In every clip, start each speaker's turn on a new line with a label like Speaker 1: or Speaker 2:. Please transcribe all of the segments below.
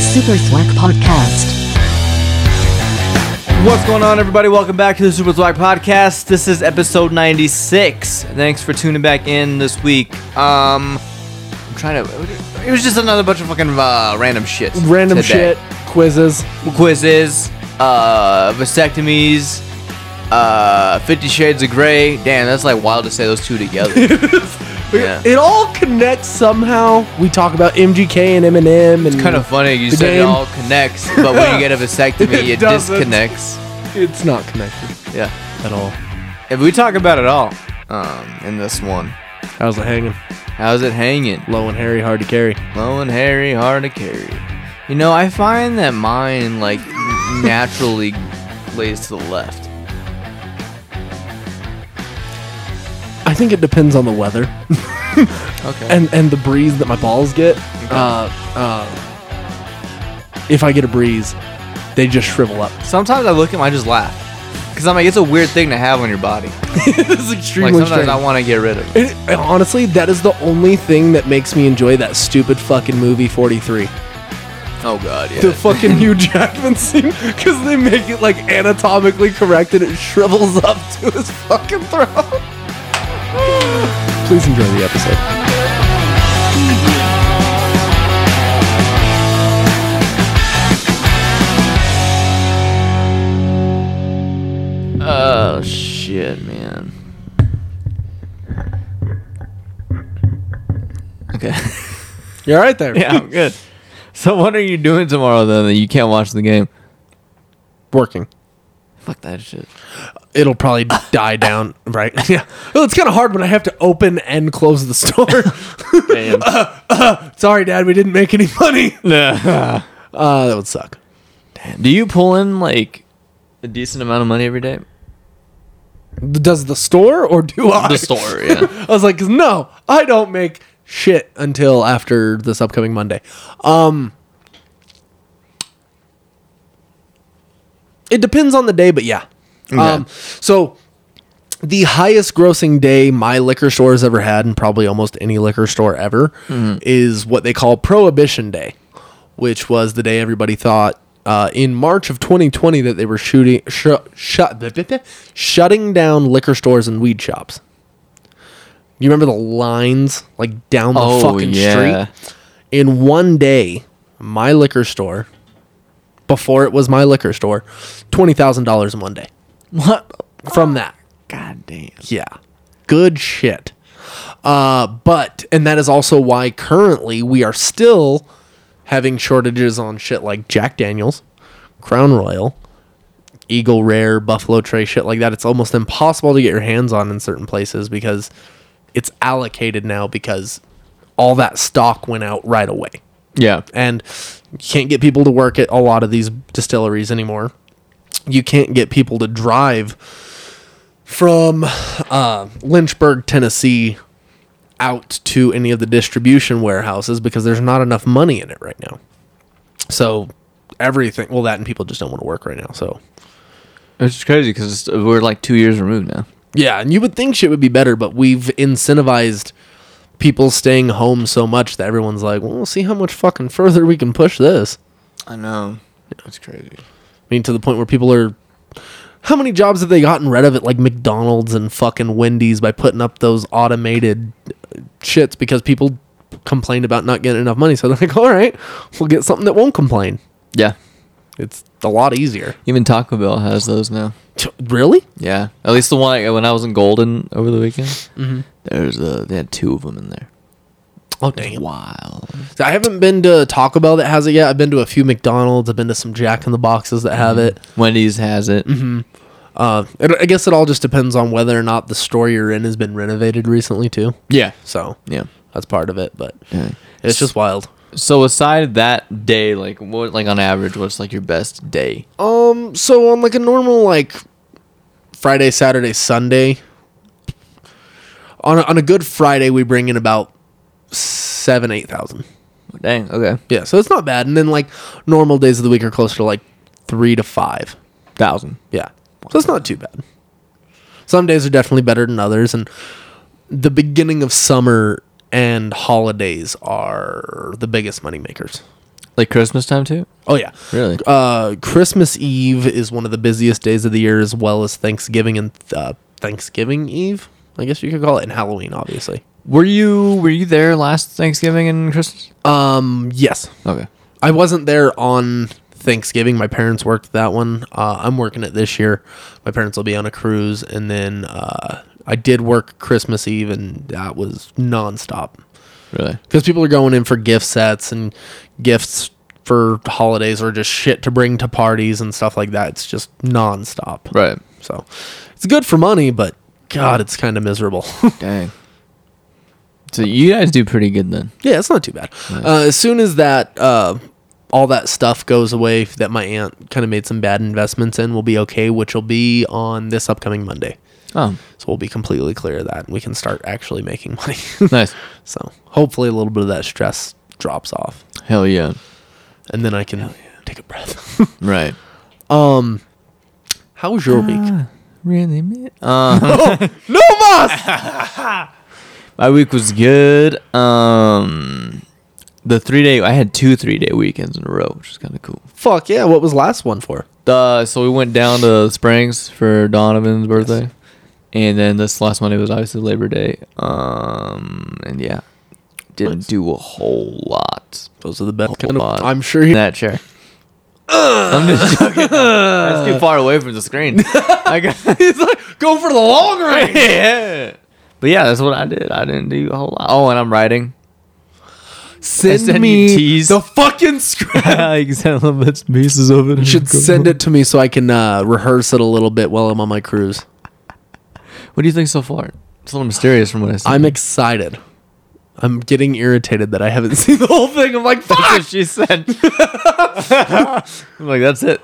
Speaker 1: Super Thwack Podcast.
Speaker 2: What's going on, everybody? Welcome back to the Super Swag Podcast. This is episode 96. Thanks for tuning back in this week. Um, I'm trying to. It was just another bunch of fucking uh, random shit.
Speaker 3: Random
Speaker 2: today.
Speaker 3: shit, quizzes.
Speaker 2: Quizzes, uh, vasectomies, uh, Fifty Shades of Grey. Damn, that's like wild to say those two together. Yeah.
Speaker 3: It all connects somehow. We talk about MGK and Eminem, and it's
Speaker 2: kind of funny. You
Speaker 3: The
Speaker 2: said it
Speaker 3: game.
Speaker 2: all connects, but when you get a vasectomy, it,
Speaker 3: It doesn't.
Speaker 2: disconnects.
Speaker 3: It's not connected
Speaker 2: Yeah.
Speaker 3: at all.
Speaker 2: If we talk about it all um, in this one,
Speaker 3: How's it hanging?
Speaker 2: how's it hanging?
Speaker 3: Low and hairy, hard to carry.
Speaker 2: Low and hairy, hard to carry. You know, I find that mine like naturally lays to the left.
Speaker 3: I think it depends on the weather
Speaker 2: Okay.
Speaker 3: and and the breeze that my balls get. Uh, uh, if I get a breeze, they just shrivel up.
Speaker 2: sometimes I look at mine, I just laugh, cause I'm like, it's a weird thing to have on your body.
Speaker 3: this is
Speaker 2: Like
Speaker 3: extremely
Speaker 2: sometimes
Speaker 3: strange.
Speaker 2: I want to get rid of. it.
Speaker 3: It- and honestly, that is the only thing that makes me enjoy that stupid fucking movie 43.
Speaker 2: Oh god, yeah.
Speaker 3: The fucking Hugh Jackman scene, because they make it like anatomically correct and it shrivels up to his fucking throat. Please enjoy the episode.
Speaker 2: oh shit, man. Okay.
Speaker 3: You're all right there.
Speaker 2: yeah, I'm good. So what are you doing tomorrow then that you can't watch the game?
Speaker 3: Working.
Speaker 2: Fuck that shit.
Speaker 3: It'll probably die down, right? Yeah. Well, it's kind of hard when I have to open and close the store.
Speaker 2: Damn.
Speaker 3: Sorry, Dad, we didn't make any money. Uh, that would suck.
Speaker 2: Do you pull in like a decent amount of money every day?
Speaker 3: Does the store or do I?
Speaker 2: The store, yeah.
Speaker 3: I was like, 'Cause no, I don't make shit until after this upcoming Monday. Um, it depends on the day, but yeah. Um, so the highest grossing day my liquor store has ever had, and probably almost any liquor store ever, is what they call Prohibition Day, which was the day everybody thought. Uh, in March of 2020, that they were shooting sh- shut shutting down liquor stores and weed shops. You remember the lines like down the
Speaker 2: Oh,
Speaker 3: fucking
Speaker 2: yeah.
Speaker 3: street? In one day, my liquor store, before it was my liquor store, twenty thousand dollars in one day
Speaker 2: What?
Speaker 3: from that.
Speaker 2: God damn.
Speaker 3: Yeah. Good shit. Uh, but, and that is also why currently we are still having shortages on shit like Jack Daniels, Crown Royal, Eagle Rare, Buffalo Trace, shit like that. It's almost impossible to get your hands on in certain places because it's allocated now because all that stock went out right away
Speaker 2: Yeah.
Speaker 3: and you can't get people to work at a lot of these distilleries anymore. You can't get people to drive from uh, Lynchburg, Tennessee, out to any of the distribution warehouses because there's not enough money in it right now. So everything, well, that and people just don't want to work right now. So
Speaker 2: It's just crazy because we're like two years removed now.
Speaker 3: yeah, and you would think shit would be better, but we've incentivized people staying home so much that everyone's like, well, we'll see how much fucking further we can push this.
Speaker 2: I know. It's crazy.
Speaker 3: I mean, to the point where people are. How many jobs have they gotten rid of at like McDonald's and fucking Wendy's by putting up those automated uh, shits because people complained about not getting enough money? So they're like, all right, we'll get something that won't complain.
Speaker 2: Yeah.
Speaker 3: It's a lot easier.
Speaker 2: Even Taco Bell has those now.
Speaker 3: T- Really?
Speaker 2: Yeah. At least the one when I was in Golden over the weekend. Mm-hmm. There's uh they had two of them in there.
Speaker 3: Oh, damn.
Speaker 2: Wow.
Speaker 3: I haven't been to Taco Bell that has it yet. I've been to a few McDonald's. I've been to some Jack in the Boxes that have it.
Speaker 2: Wendy's has it.
Speaker 3: Uh, it- I guess it all just depends on whether or not the store you're in has been renovated recently, too.
Speaker 2: Yeah.
Speaker 3: So
Speaker 2: Yeah.
Speaker 3: that's part of it, but
Speaker 2: Yeah.
Speaker 3: it's just wild.
Speaker 2: So aside that day, like what, like on average, what's like your best day?
Speaker 3: Um, so on like a normal like Friday, Saturday, Sunday. On a, on a good Friday, we bring in about seven, eight thousand.
Speaker 2: Dang. Okay.
Speaker 3: Yeah, so it's not bad. And then like normal days of the week are closer to like three to five.
Speaker 2: Thousand.
Speaker 3: Yeah, so it's not too bad. Some days are definitely better than others, and the beginning of summer and holidays are the biggest moneymakers.
Speaker 2: Like Christmas time too?
Speaker 3: Oh yeah.
Speaker 2: Really?
Speaker 3: Uh, Christmas Eve is one of the busiest days of the year, as well as Thanksgiving and uh, Thanksgiving Eve. I guess you could call it, and Halloween, obviously.
Speaker 2: Were you were you there last Thanksgiving and Christmas?
Speaker 3: Um, yes,
Speaker 2: Okay.
Speaker 3: I wasn't there on Thanksgiving. My parents worked that one. Uh, I'm working it this year. My parents will be on a cruise, and then uh, I did work Christmas Eve, and that was nonstop
Speaker 2: Really?
Speaker 3: because people are going in for gift sets and gifts for holidays or just shit to bring to parties and stuff like that. It's just nonstop.
Speaker 2: Right.
Speaker 3: So it's good for money, but God, it's kind of miserable.
Speaker 2: Dang. So you guys do pretty good then.
Speaker 3: yeah, it's not too bad. Uh, as soon as that uh, all that stuff goes away, that my aunt kind of made some bad investments in, we'll be okay, which will be on this upcoming Monday.
Speaker 2: Oh,
Speaker 3: So we'll be completely clear of that, and we can start actually making money.
Speaker 2: nice.
Speaker 3: so hopefully, a little bit of that stress drops off,
Speaker 2: Hell yeah.
Speaker 3: and then I can take a breath.
Speaker 2: Right.
Speaker 3: Um, how was your week?
Speaker 2: Really? man? Uh,
Speaker 3: No mas.
Speaker 2: my week was good. Um, the three day I had two three day weekends in a row, which is kind of cool.
Speaker 3: Fuck yeah! What was last one for?
Speaker 2: Uh, so we went down to Springs for Donovan's birthday, and then this last Monday was obviously Labor Day. Um, and yeah, didn't do a whole lot.
Speaker 3: Those are the best.
Speaker 2: Whole
Speaker 3: Kind of,
Speaker 2: lot.
Speaker 3: I'm sure you.
Speaker 2: in that chair. I'm just joking. That's too far away from the screen. I got-
Speaker 3: Go for the long
Speaker 2: yeah. But yeah, that's what I did. I didn't do a whole lot. Oh, and I'm writing.
Speaker 3: Send,
Speaker 2: send you
Speaker 3: me
Speaker 2: teas.
Speaker 3: the fucking script.
Speaker 2: I can send little bits and pieces of it.
Speaker 3: You should send it to me so I can uh, rehearse it a little bit while I'm on my cruise.
Speaker 2: What do you think so far? It's a little mysterious from what I see.
Speaker 3: I'm excited. I'm getting irritated that I haven't seen the whole thing. I'm like,
Speaker 2: That's
Speaker 3: fuck!
Speaker 2: what she said. I'm like, that's it.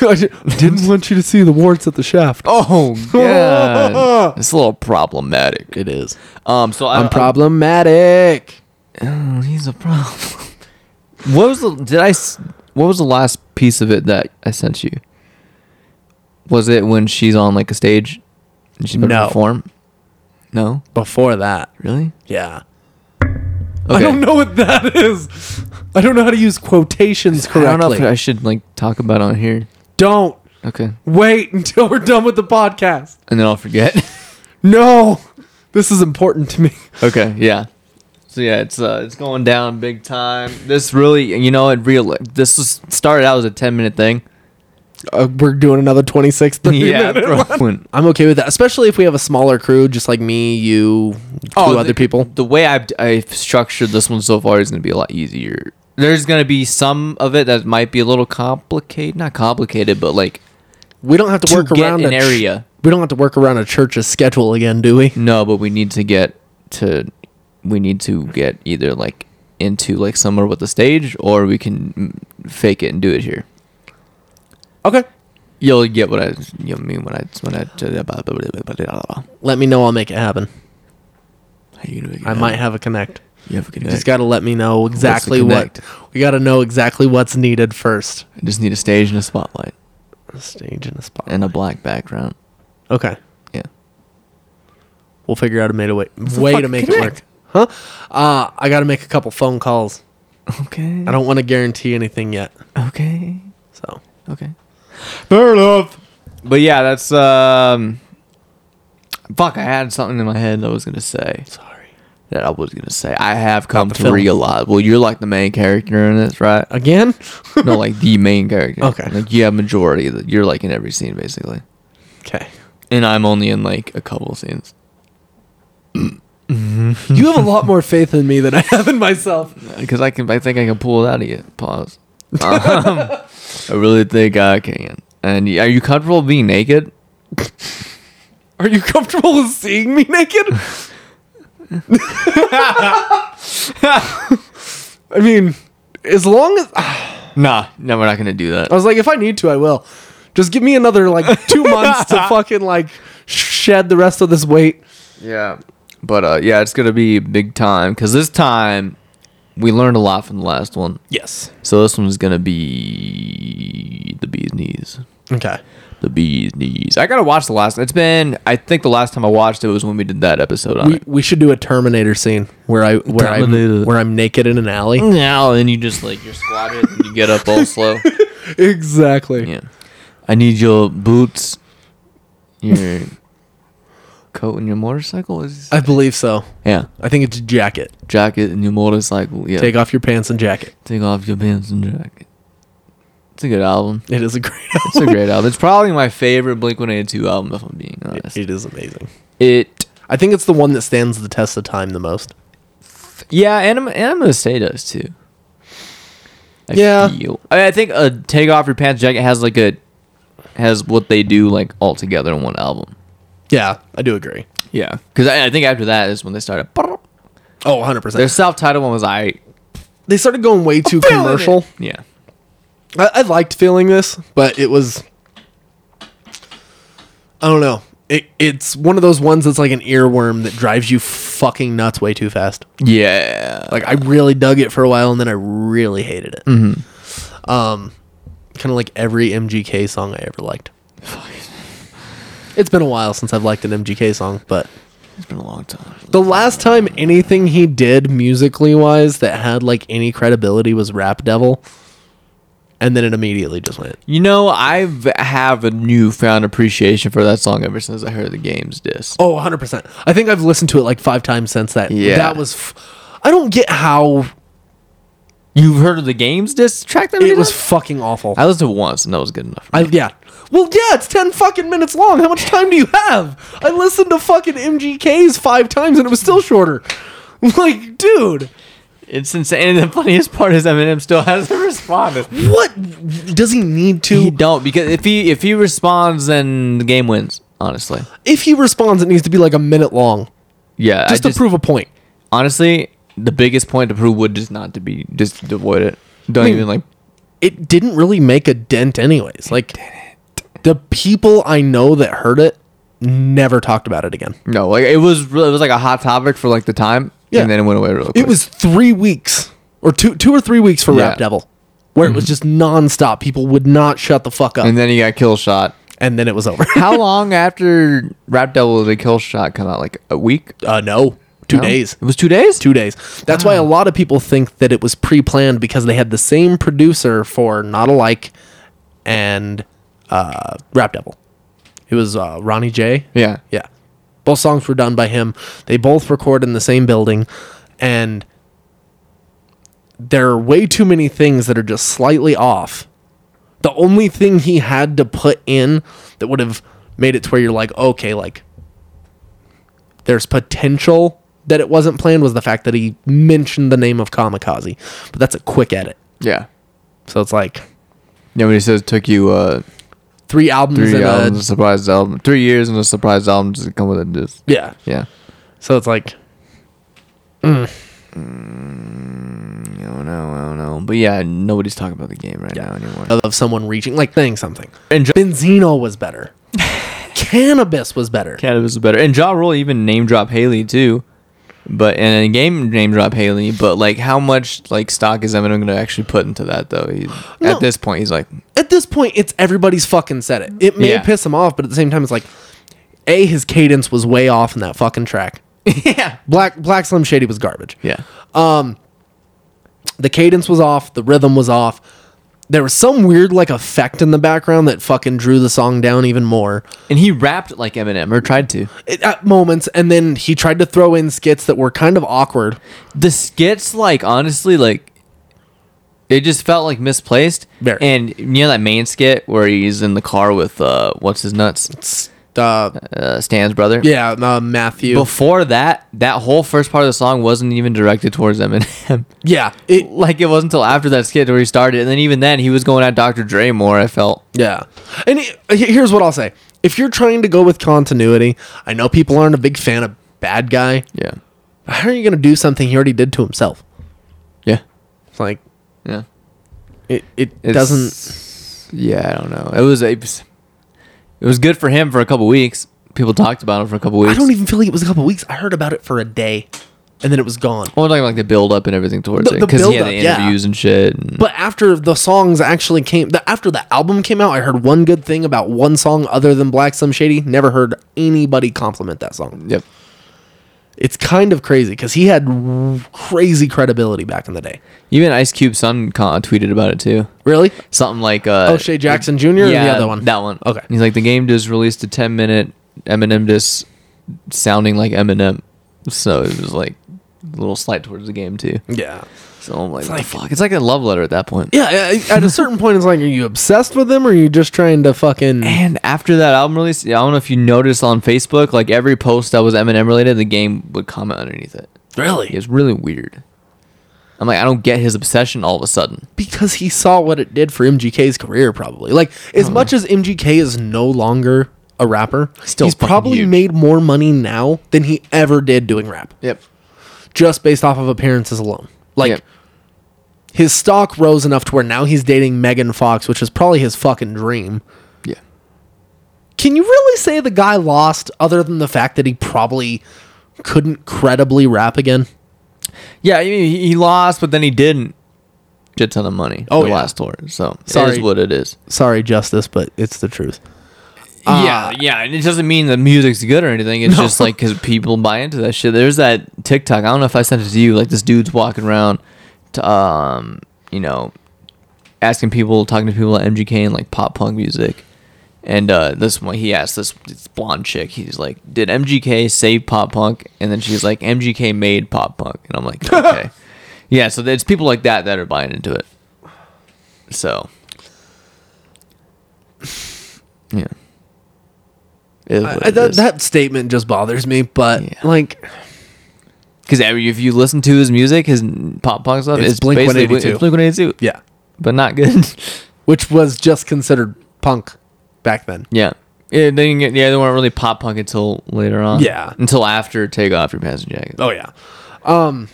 Speaker 3: I ju- didn't want you to see the warts at the shaft.
Speaker 2: Oh god, it's a little problematic.
Speaker 3: It is.
Speaker 2: Um, so I,
Speaker 3: I'm problematic.
Speaker 2: Oh, he's a problem. what was the? Did I? s- What was the last piece of it that I sent you? Was it when she's on like a stage and she's about
Speaker 3: No.
Speaker 2: to perform? No,
Speaker 3: Before that,
Speaker 2: really?
Speaker 3: yeah.
Speaker 2: Okay.
Speaker 3: I don't know what that is. I don't know how to use quotations
Speaker 2: I
Speaker 3: correctly.
Speaker 2: don't know if I should like talk about it on here.
Speaker 3: Don't
Speaker 2: Okay,
Speaker 3: wait until we're done with the podcast.
Speaker 2: and then I'll forget.
Speaker 3: No, this is important to me.
Speaker 2: okay, yeah. So yeah, it's uh, it's going down big time. This really, you know, it real. This was started out as a ten minute thing.
Speaker 3: Uh, we're doing another 26, 30
Speaker 2: Yeah,
Speaker 3: minute
Speaker 2: bro.
Speaker 3: one. I'm okay with that, especially if we have a smaller crew, just like me, you, two
Speaker 2: Oh, the-
Speaker 3: other people.
Speaker 2: The way I've, I've structured this one so far is going to be a lot easier. There's going to be some of it that might be a little complicated. Not complicated, but like,
Speaker 3: We don't have to,
Speaker 2: To
Speaker 3: work
Speaker 2: get
Speaker 3: around
Speaker 2: an
Speaker 3: a ch-
Speaker 2: area.
Speaker 3: we don't have to work around a church's schedule again, do we?
Speaker 2: no, but we need to get to, we need to get either like into like somewhere with the stage or we can mm, fake it and do it here.
Speaker 3: Okay.
Speaker 2: You'll get what I you mean when I when I how
Speaker 3: Let me know. I'll make it happen.
Speaker 2: you gonna make it
Speaker 3: I might have a connect.
Speaker 2: you have a good
Speaker 3: You just got to let me know exactly what.
Speaker 2: connect?
Speaker 3: We got to know exactly what's needed first.
Speaker 2: I just need a stage and a spotlight
Speaker 3: A stage and a spot.
Speaker 2: and a black background.
Speaker 3: okay.
Speaker 2: Yeah.
Speaker 3: We'll figure out a made a way, way to
Speaker 2: fucking
Speaker 3: make
Speaker 2: connect?
Speaker 3: it work. Huh? Uh, I got to make a couple phone calls.
Speaker 2: Okay.
Speaker 3: I don't want to guarantee anything yet.
Speaker 2: Okay.
Speaker 3: So
Speaker 2: Okay.
Speaker 3: fair enough.
Speaker 2: But yeah, that's um fuck, I had something in my head that I was gonna say.
Speaker 3: Sorry.
Speaker 2: That I was gonna say. I have come
Speaker 3: the
Speaker 2: to
Speaker 3: film.
Speaker 2: realize well you're like the main character in this, right?
Speaker 3: Again?
Speaker 2: no, like the main character.
Speaker 3: Okay.
Speaker 2: Like you have majority of the, you're like in every scene basically.
Speaker 3: Okay.
Speaker 2: And I'm only in like a couple scenes.
Speaker 3: You have a lot more faith in me than I have in myself.
Speaker 2: Because I can I think I can pull it out of you. Pause. Um, I really think I can. And y- are you comfortable being naked?
Speaker 3: Are you comfortable with seeing me naked? I mean, as long as I
Speaker 2: Nah. No, we're not gonna do that.
Speaker 3: was like, if I need to, I will. Just give me another like two months to fucking like shed the rest of this weight.
Speaker 2: Yeah. But uh, yeah, it's gonna be big time because this time we learned a lot from the last one.
Speaker 3: Yes.
Speaker 2: So this one's gonna be the bee's knees.
Speaker 3: Okay.
Speaker 2: The bees knees. I gotta watch the last. It's been. I think the last time I watched it was when we did that episode on
Speaker 3: We,
Speaker 2: it.
Speaker 3: we should do a Terminator scene where I where I
Speaker 2: Terminator.
Speaker 3: where I'm naked in an alley.
Speaker 2: Now and you just like you're squatted and you get up all slow.
Speaker 3: Exactly.
Speaker 2: Yeah. I need your boots, your coat, and your motorcycle. Is
Speaker 3: I believe so.
Speaker 2: yeah,
Speaker 3: I think it's jacket.
Speaker 2: jacket and your motorcycle. Yeah,
Speaker 3: Take off your pants and jacket.
Speaker 2: Take off your pants and jacket. It's a good album.
Speaker 3: It is a great.
Speaker 2: It's a great album. It's probably my favorite Blink One Eighty Two album, if I'm being honest.
Speaker 3: it is amazing.
Speaker 2: It
Speaker 3: I think it's the one that stands the test of time the most.
Speaker 2: Yeah, and I'm, and I'm gonna say does too. I
Speaker 3: Yeah.
Speaker 2: feel- I, mean, I think a take off your pants jacket has like a has what they do like all together in one album.
Speaker 3: Yeah, I do agree.
Speaker 2: Yeah, because I, I think after that is when they started.
Speaker 3: Oh, 100%.
Speaker 2: Their self titled one was I.
Speaker 3: they started going way too commercial.
Speaker 2: Yeah,
Speaker 3: I, I liked feeling this, but it was. I don't know. It, it's one of those ones that's like an earworm that drives you fucking nuts way too fast.
Speaker 2: yeah.
Speaker 3: Like I really dug it for a while, and then I really hated it. Um, kind of like every MGK song I ever liked. It's been a while since I've liked an MGK song, but
Speaker 2: it's been a long time.
Speaker 3: the last time anything he did musically wise that had like any credibility was Rap Devil, and then it immediately just went.
Speaker 2: You know, I have a newfound appreciation for that song ever since I heard the games disc.
Speaker 3: Oh, 100%. I think I've listened to it like five times since that.
Speaker 2: Yeah.
Speaker 3: That was. F- I don't get how
Speaker 2: You've heard of the games disc track? That
Speaker 3: it was fucking awful.
Speaker 2: I listened to it once and that was good enough.
Speaker 3: I, yeah. Well, yeah, it's 10 fucking minutes long. How much time do you have? I listened to fucking MGKs five times and it was still shorter. Like, dude,
Speaker 2: It's insane. And the funniest part is Eminem still hasn't responded.
Speaker 3: what does he need to?
Speaker 2: He don't because if he if he responds, then the game wins. Honestly,
Speaker 3: if he responds, it needs to be like a minute long
Speaker 2: yeah.
Speaker 3: just
Speaker 2: I
Speaker 3: to prove a point.
Speaker 2: honestly, the biggest point to prove would just not to be just to avoid it. Don't
Speaker 3: mean-
Speaker 2: even like.
Speaker 3: It didn't really make a dent, anyways. Like, the people I know that heard it never talked about it again.
Speaker 2: No, like it was really, it was like a hot topic for like the time,
Speaker 3: Yeah.
Speaker 2: and then it went away really quick.
Speaker 3: It was three weeks or two, two or three weeks for
Speaker 2: Yeah. Mm-hmm.
Speaker 3: Rap Devil, where it was just nonstop. People would not shut the fuck up,
Speaker 2: and then he got kill shot.
Speaker 3: and then it was over.
Speaker 2: How long after Rap Devil did Kill Shot come out? Like a week?
Speaker 3: Uh, no, two
Speaker 2: No?
Speaker 3: days.
Speaker 2: It was two days.
Speaker 3: Two days. That's why a lot of people think that it was pre-planned because they had the same producer for Not Alike and uh, Rap Devil. It was uh, Ronnie J.
Speaker 2: Yeah.
Speaker 3: Yeah. Both songs were done by him. They both record in the same building and there are way too many things that are just slightly off. The only thing he had to put in that would have made it to where you're like, okay, like there's potential that it wasn't planned was the fact that he mentioned the name of Kamikaze. But that's a quick edit.
Speaker 2: Yeah.
Speaker 3: So it's like
Speaker 2: Yeah. When he says took you uh
Speaker 3: three albums
Speaker 2: three
Speaker 3: and
Speaker 2: albums, a
Speaker 3: a
Speaker 2: surprise album, three years and a surprise album just to come with a disc.
Speaker 3: Yeah.
Speaker 2: Yeah.
Speaker 3: So it's like
Speaker 2: I don't know. I don't know. But yeah, nobody's talking about the game right now anymore.
Speaker 3: of someone reaching like saying something.
Speaker 2: And Ja-
Speaker 3: Benzino was better. Cannabis was better.
Speaker 2: Cannabis is better. And Ja Rule even name drop Haley too. But and a game name drop Haley, but like how much like stock is Eminem gonna actually put into that though? He,
Speaker 3: No.
Speaker 2: At this point, he's like,
Speaker 3: At this point, it's everybody's fucking said it. It may
Speaker 2: Yeah.
Speaker 3: piss him off, but at the same time, it's like, a his cadence was way off in that fucking track.
Speaker 2: yeah,
Speaker 3: Black Black Slim Shady was garbage.
Speaker 2: yeah,
Speaker 3: The cadence was off. The rhythm was off. There was some weird like effect in the background that fucking drew the song down even more
Speaker 2: and he rapped like Eminem or tried to.
Speaker 3: it, at moments. And then he tried to throw in skits that were kind of awkward.
Speaker 2: The skits, like honestly, like they just felt like misplaced.
Speaker 3: Very.
Speaker 2: And you know that main skit where he's in the car with uh, what's his nuts,
Speaker 3: S- Uh,
Speaker 2: uh, Stan's brother.
Speaker 3: yeah, uh, Matthew.
Speaker 2: Before that, that whole first part of the song wasn't even directed towards Eminem.
Speaker 3: yeah, it,
Speaker 2: like it wasn't until after that skit where he started, and then even then he was going at Dr. Dre more. I felt
Speaker 3: Yeah. And he- uh, he- here's what I'll say. If you're trying to go with continuity, I know people aren't a big fan of bad guy.
Speaker 2: yeah,
Speaker 3: but How are you going to do something he already did to himself?
Speaker 2: yeah,
Speaker 3: It's like
Speaker 2: yeah.
Speaker 3: it it doesn't
Speaker 2: yeah, I don't know. It was it was, it was good for him for a couple weeks. People talked about him for a couple weeks.
Speaker 3: I don't even feel like it was a couple weeks. I heard about it for a day. and then it was gone.
Speaker 2: Well, we're talking like the build up and everything towards
Speaker 3: The-
Speaker 2: it
Speaker 3: the
Speaker 2: because he had
Speaker 3: build-up,
Speaker 2: the
Speaker 3: yeah.
Speaker 2: interviews and shit. and-
Speaker 3: But after the songs actually came, the, after the album came out, I heard one good thing about one song other than Black Slim Shady. Never heard anybody compliment that song.
Speaker 2: yep.
Speaker 3: It's kind of crazy because he had w- crazy credibility back in the day.
Speaker 2: Even Ice Cube son con- tweeted about it too.
Speaker 3: Really?
Speaker 2: Something like uh,
Speaker 3: O'Shea Jackson Jr. or the other one?
Speaker 2: That one.
Speaker 3: Okay.
Speaker 2: He's like the game just released a ten minute Eminem disc sounding like Eminem, so it was like a little slight towards the game too.
Speaker 3: Yeah.
Speaker 2: So I'm like, what
Speaker 3: like-
Speaker 2: the fuck? It's like a love letter at that point.
Speaker 3: Yeah. I- I- At a certain point, it's like, are you obsessed with him or are you just trying to fucking.
Speaker 2: And after that album release, I don't know if you noticed on Facebook, like every post that was Eminem related, the game would comment underneath it. It
Speaker 3: Really?
Speaker 2: was really weird. I'm like, I don't get his obsession all of a sudden.
Speaker 3: Because he saw what it did for MGK's career, probably. Like, as much as MGK is no longer a rapper,
Speaker 2: Still
Speaker 3: he's
Speaker 2: fucking
Speaker 3: probably
Speaker 2: huge.
Speaker 3: made more money now than he ever did doing rap.
Speaker 2: Yep.
Speaker 3: just based off of appearances alone. Like
Speaker 2: Yep.
Speaker 3: his stock rose enough to where now he's dating Megan Fox, which is probably his fucking dream.
Speaker 2: Yeah.
Speaker 3: Can you really say the guy lost other than the fact that he probably couldn't credibly rap again?
Speaker 2: Yeah, I mean, he he lost, but then he didn't. Shit ton of money.
Speaker 3: Oh,
Speaker 2: the
Speaker 3: yeah.
Speaker 2: last tour. So it
Speaker 3: Sorry.
Speaker 2: is what it is.
Speaker 3: Sorry, Justice, but it's the truth. Uh,
Speaker 2: yeah, yeah. And it doesn't mean the music's good or anything. It's just like because people buy into that shit. There's that TikTok. I don't know if I sent it to you. Like this dude's walking around, to, um, you know, asking people, talking to people at MGK and like pop punk music. And uh, this one, he asked this, this blonde chick. He's like, "Did MGK save pop punk?" And then she's like, "MGK made pop punk." And I'm like, "Okay, yeah." So there's people like that that are buying into it. So, yeah, It is what
Speaker 3: I,
Speaker 2: it
Speaker 3: that,
Speaker 2: is.
Speaker 3: that statement just bothers me, but
Speaker 2: Yeah.
Speaker 3: like,
Speaker 2: Because if you listen to his music, his pop punk stuff,
Speaker 3: It's
Speaker 2: it's,
Speaker 3: Blink
Speaker 2: basically
Speaker 3: 182.
Speaker 2: Blink 182.
Speaker 3: yeah,
Speaker 2: But not good.
Speaker 3: which was just considered punk back then.
Speaker 2: yeah. Yeah, they didn't get, yeah, they weren't really pop punk until later on.
Speaker 3: Yeah.
Speaker 2: Until after Take Off Your Passenger Jacket.
Speaker 3: Oh yeah. Um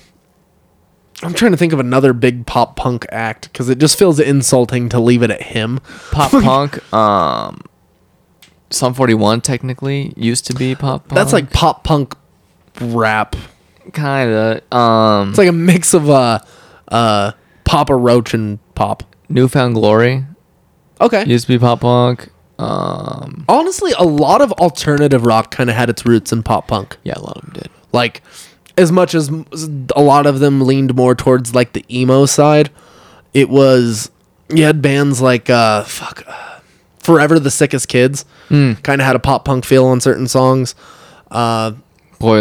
Speaker 3: I'm trying to think of another big pop punk act cuz it just feels insulting to leave it at him.
Speaker 2: Pop punk, um, Sum 41 technically used to be pop punk.
Speaker 3: That's like pop punk rap.
Speaker 2: Kinda. Um,
Speaker 3: It's like a mix of uh uh Papa Roach and pop.
Speaker 2: Newfound Glory
Speaker 3: Okay.
Speaker 2: used to be pop punk. Um,
Speaker 3: Honestly, a lot of alternative rock kind of had its roots in pop punk.
Speaker 2: yeah, a lot of them did.
Speaker 3: Like as much as m- a lot of them leaned more towards like the emo side, it was you had bands like uh fuck uh, Forever the Sickest Kids kind of had a pop punk feel on certain songs.
Speaker 2: Boy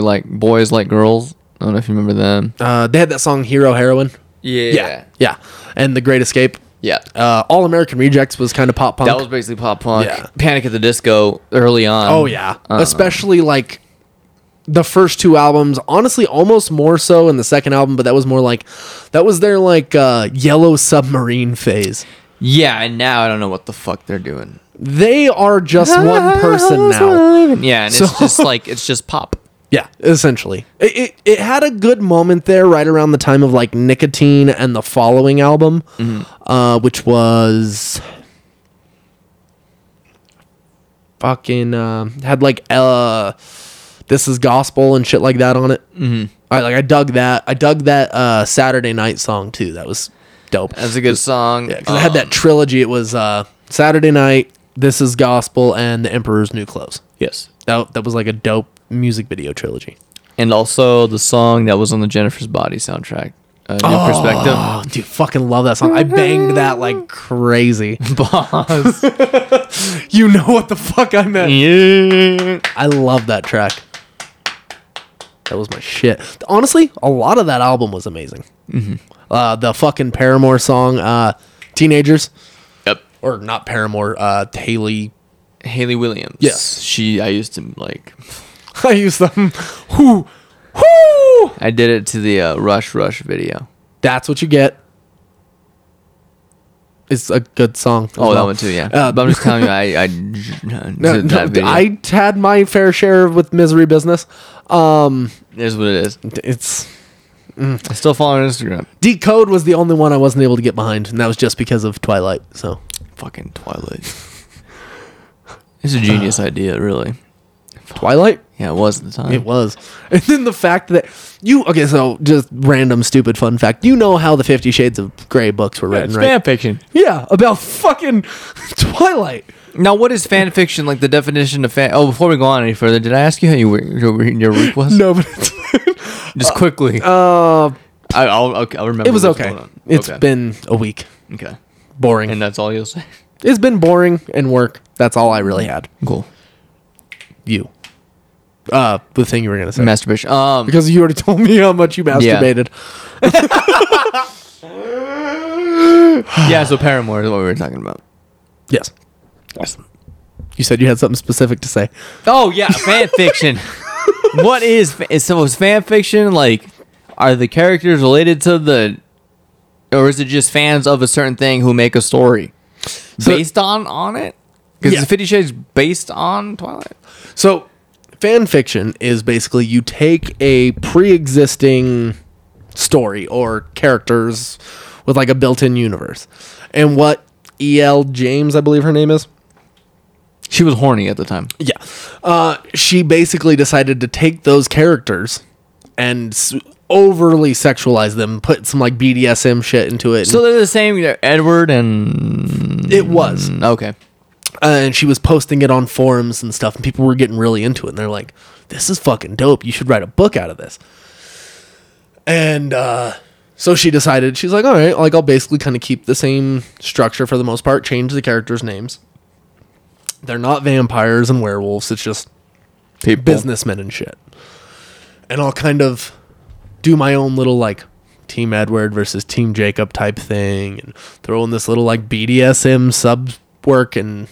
Speaker 2: like boys like girls. I don't know if you remember them.
Speaker 3: Uh, they had that song Hero Heroine.
Speaker 2: Yeah.
Speaker 3: Yeah. And The Great Escape.
Speaker 2: Yeah.
Speaker 3: Uh, All American Rejects was kind of pop punk.
Speaker 2: That was basically pop punk.
Speaker 3: Yeah.
Speaker 2: Panic at the Disco early on.
Speaker 3: oh, yeah.
Speaker 2: Uh,
Speaker 3: Especially like the first two albums. Honestly, almost more so in the second album, but that was more like, that was their like uh, Yellow Submarine phase.
Speaker 2: yeah, and now I don't know what the fuck they're doing.
Speaker 3: They are just one person now.
Speaker 2: Yeah, and
Speaker 3: So-
Speaker 2: it's just like it's just pop.
Speaker 3: Yeah, essentially. It, it, it had a good moment there right around the time of like Nicotine and the following album, uh, which was fucking um had like uh, This is Gospel and shit like that on it. Mm-hmm. I like I dug that. I dug that uh, Saturday Night song too. That was dope.
Speaker 2: That's a good song.
Speaker 3: Yeah, 'cause I had
Speaker 2: Um,
Speaker 3: that trilogy. It was uh, Saturday Night, This is Gospel, and The Emperor's New Clothes.
Speaker 2: Yes.
Speaker 3: That, that was like a dope music video trilogy.
Speaker 2: And also the song that was on the Jennifer's Body soundtrack. Uh, New
Speaker 3: Oh, dude, fucking love that song. I banged that like crazy.
Speaker 2: perspective. Boss.
Speaker 3: you know what the fuck I meant.
Speaker 2: yeah.
Speaker 3: I love that track. That was my shit. Honestly, a lot of that album was amazing. Uh, the fucking Paramore song, uh, Teenagers,
Speaker 2: Yep.
Speaker 3: or not Paramore, uh, Haley.
Speaker 2: Haley Williams.
Speaker 3: Yes.
Speaker 2: She I used to like
Speaker 3: I used them. Whoo, whoo.
Speaker 2: I did it to the uh, Rush Rush video.
Speaker 3: That's what you get. It's a good song. as
Speaker 2: Oh, that
Speaker 3: well.
Speaker 2: one too, yeah.
Speaker 3: Uh,
Speaker 2: but I'm just telling you, I, I
Speaker 3: No,
Speaker 2: that
Speaker 3: no,
Speaker 2: video.
Speaker 3: I had my fair share with misery business. Um,
Speaker 2: It is what it is.
Speaker 3: it's
Speaker 2: I still follow her on Instagram.
Speaker 3: decode was the only one I wasn't able to get behind, and that was just because of Twilight. So
Speaker 2: Fucking Twilight. It's a genius idea, really.
Speaker 3: Twilight.
Speaker 2: Yeah, it was at the time.
Speaker 3: It was. And then the fact that you okay, so just random stupid fun fact. You know how the Fifty Shades of Grey books were written,
Speaker 2: It's
Speaker 3: right?
Speaker 2: fan fiction.
Speaker 3: Yeah, about fucking Twilight.
Speaker 2: Now, what is fan fiction? Like the definition of fan? Oh, before we go on any further, did I ask you how you were, your your week was?
Speaker 3: No, but it's,
Speaker 2: just quickly.
Speaker 3: uh,
Speaker 2: I, I'll, I'll I'll remember.
Speaker 3: it was
Speaker 2: what's
Speaker 3: okay.
Speaker 2: going on.
Speaker 3: It's
Speaker 2: Okay.
Speaker 3: been a week.
Speaker 2: okay,
Speaker 3: Boring.
Speaker 2: and that's all you'll say.
Speaker 3: it's been boring and work. That's all I really had.
Speaker 2: Cool.
Speaker 3: You. Uh, the thing you were gonna say.
Speaker 2: Masturbation. Um,
Speaker 3: because you already told me how much you
Speaker 2: Yeah.
Speaker 3: masturbated.
Speaker 2: yeah. So Paramore is what we were talking about.
Speaker 3: Yes. You said you had something specific to say.
Speaker 2: Oh yeah, fan fiction. what is fa- is so is fan fiction like? Are the characters related to the, or is it just fans of a certain thing who make a story based on on it? Because
Speaker 3: Yeah.
Speaker 2: Fifty Shades based on Twilight.
Speaker 3: So, fan fiction is basically you take a pre-existing story or characters with like a built-in universe, and what E.L. James, I believe her name is.
Speaker 2: She was horny at the time.
Speaker 3: Yeah, uh, she basically decided to take those characters and s- overly sexualize them, put some like BDSM shit into it.
Speaker 2: So they're the same. you know, Edward and
Speaker 3: and it was,
Speaker 2: okay.
Speaker 3: uh, and she was posting it on forums and stuff, and people were getting really into it. And they're like, "This is fucking dope. You should write a book out of this." And uh, so she decided she's like, "All right, like I'll basically kind of keep the same structure for the most part, change the characters' names. They're not vampires and werewolves. It's just
Speaker 2: People.
Speaker 3: businessmen and shit. And I'll kind of do my own little like Team Edward versus Team Jacob type thing and throw in this little like BDSM sub work and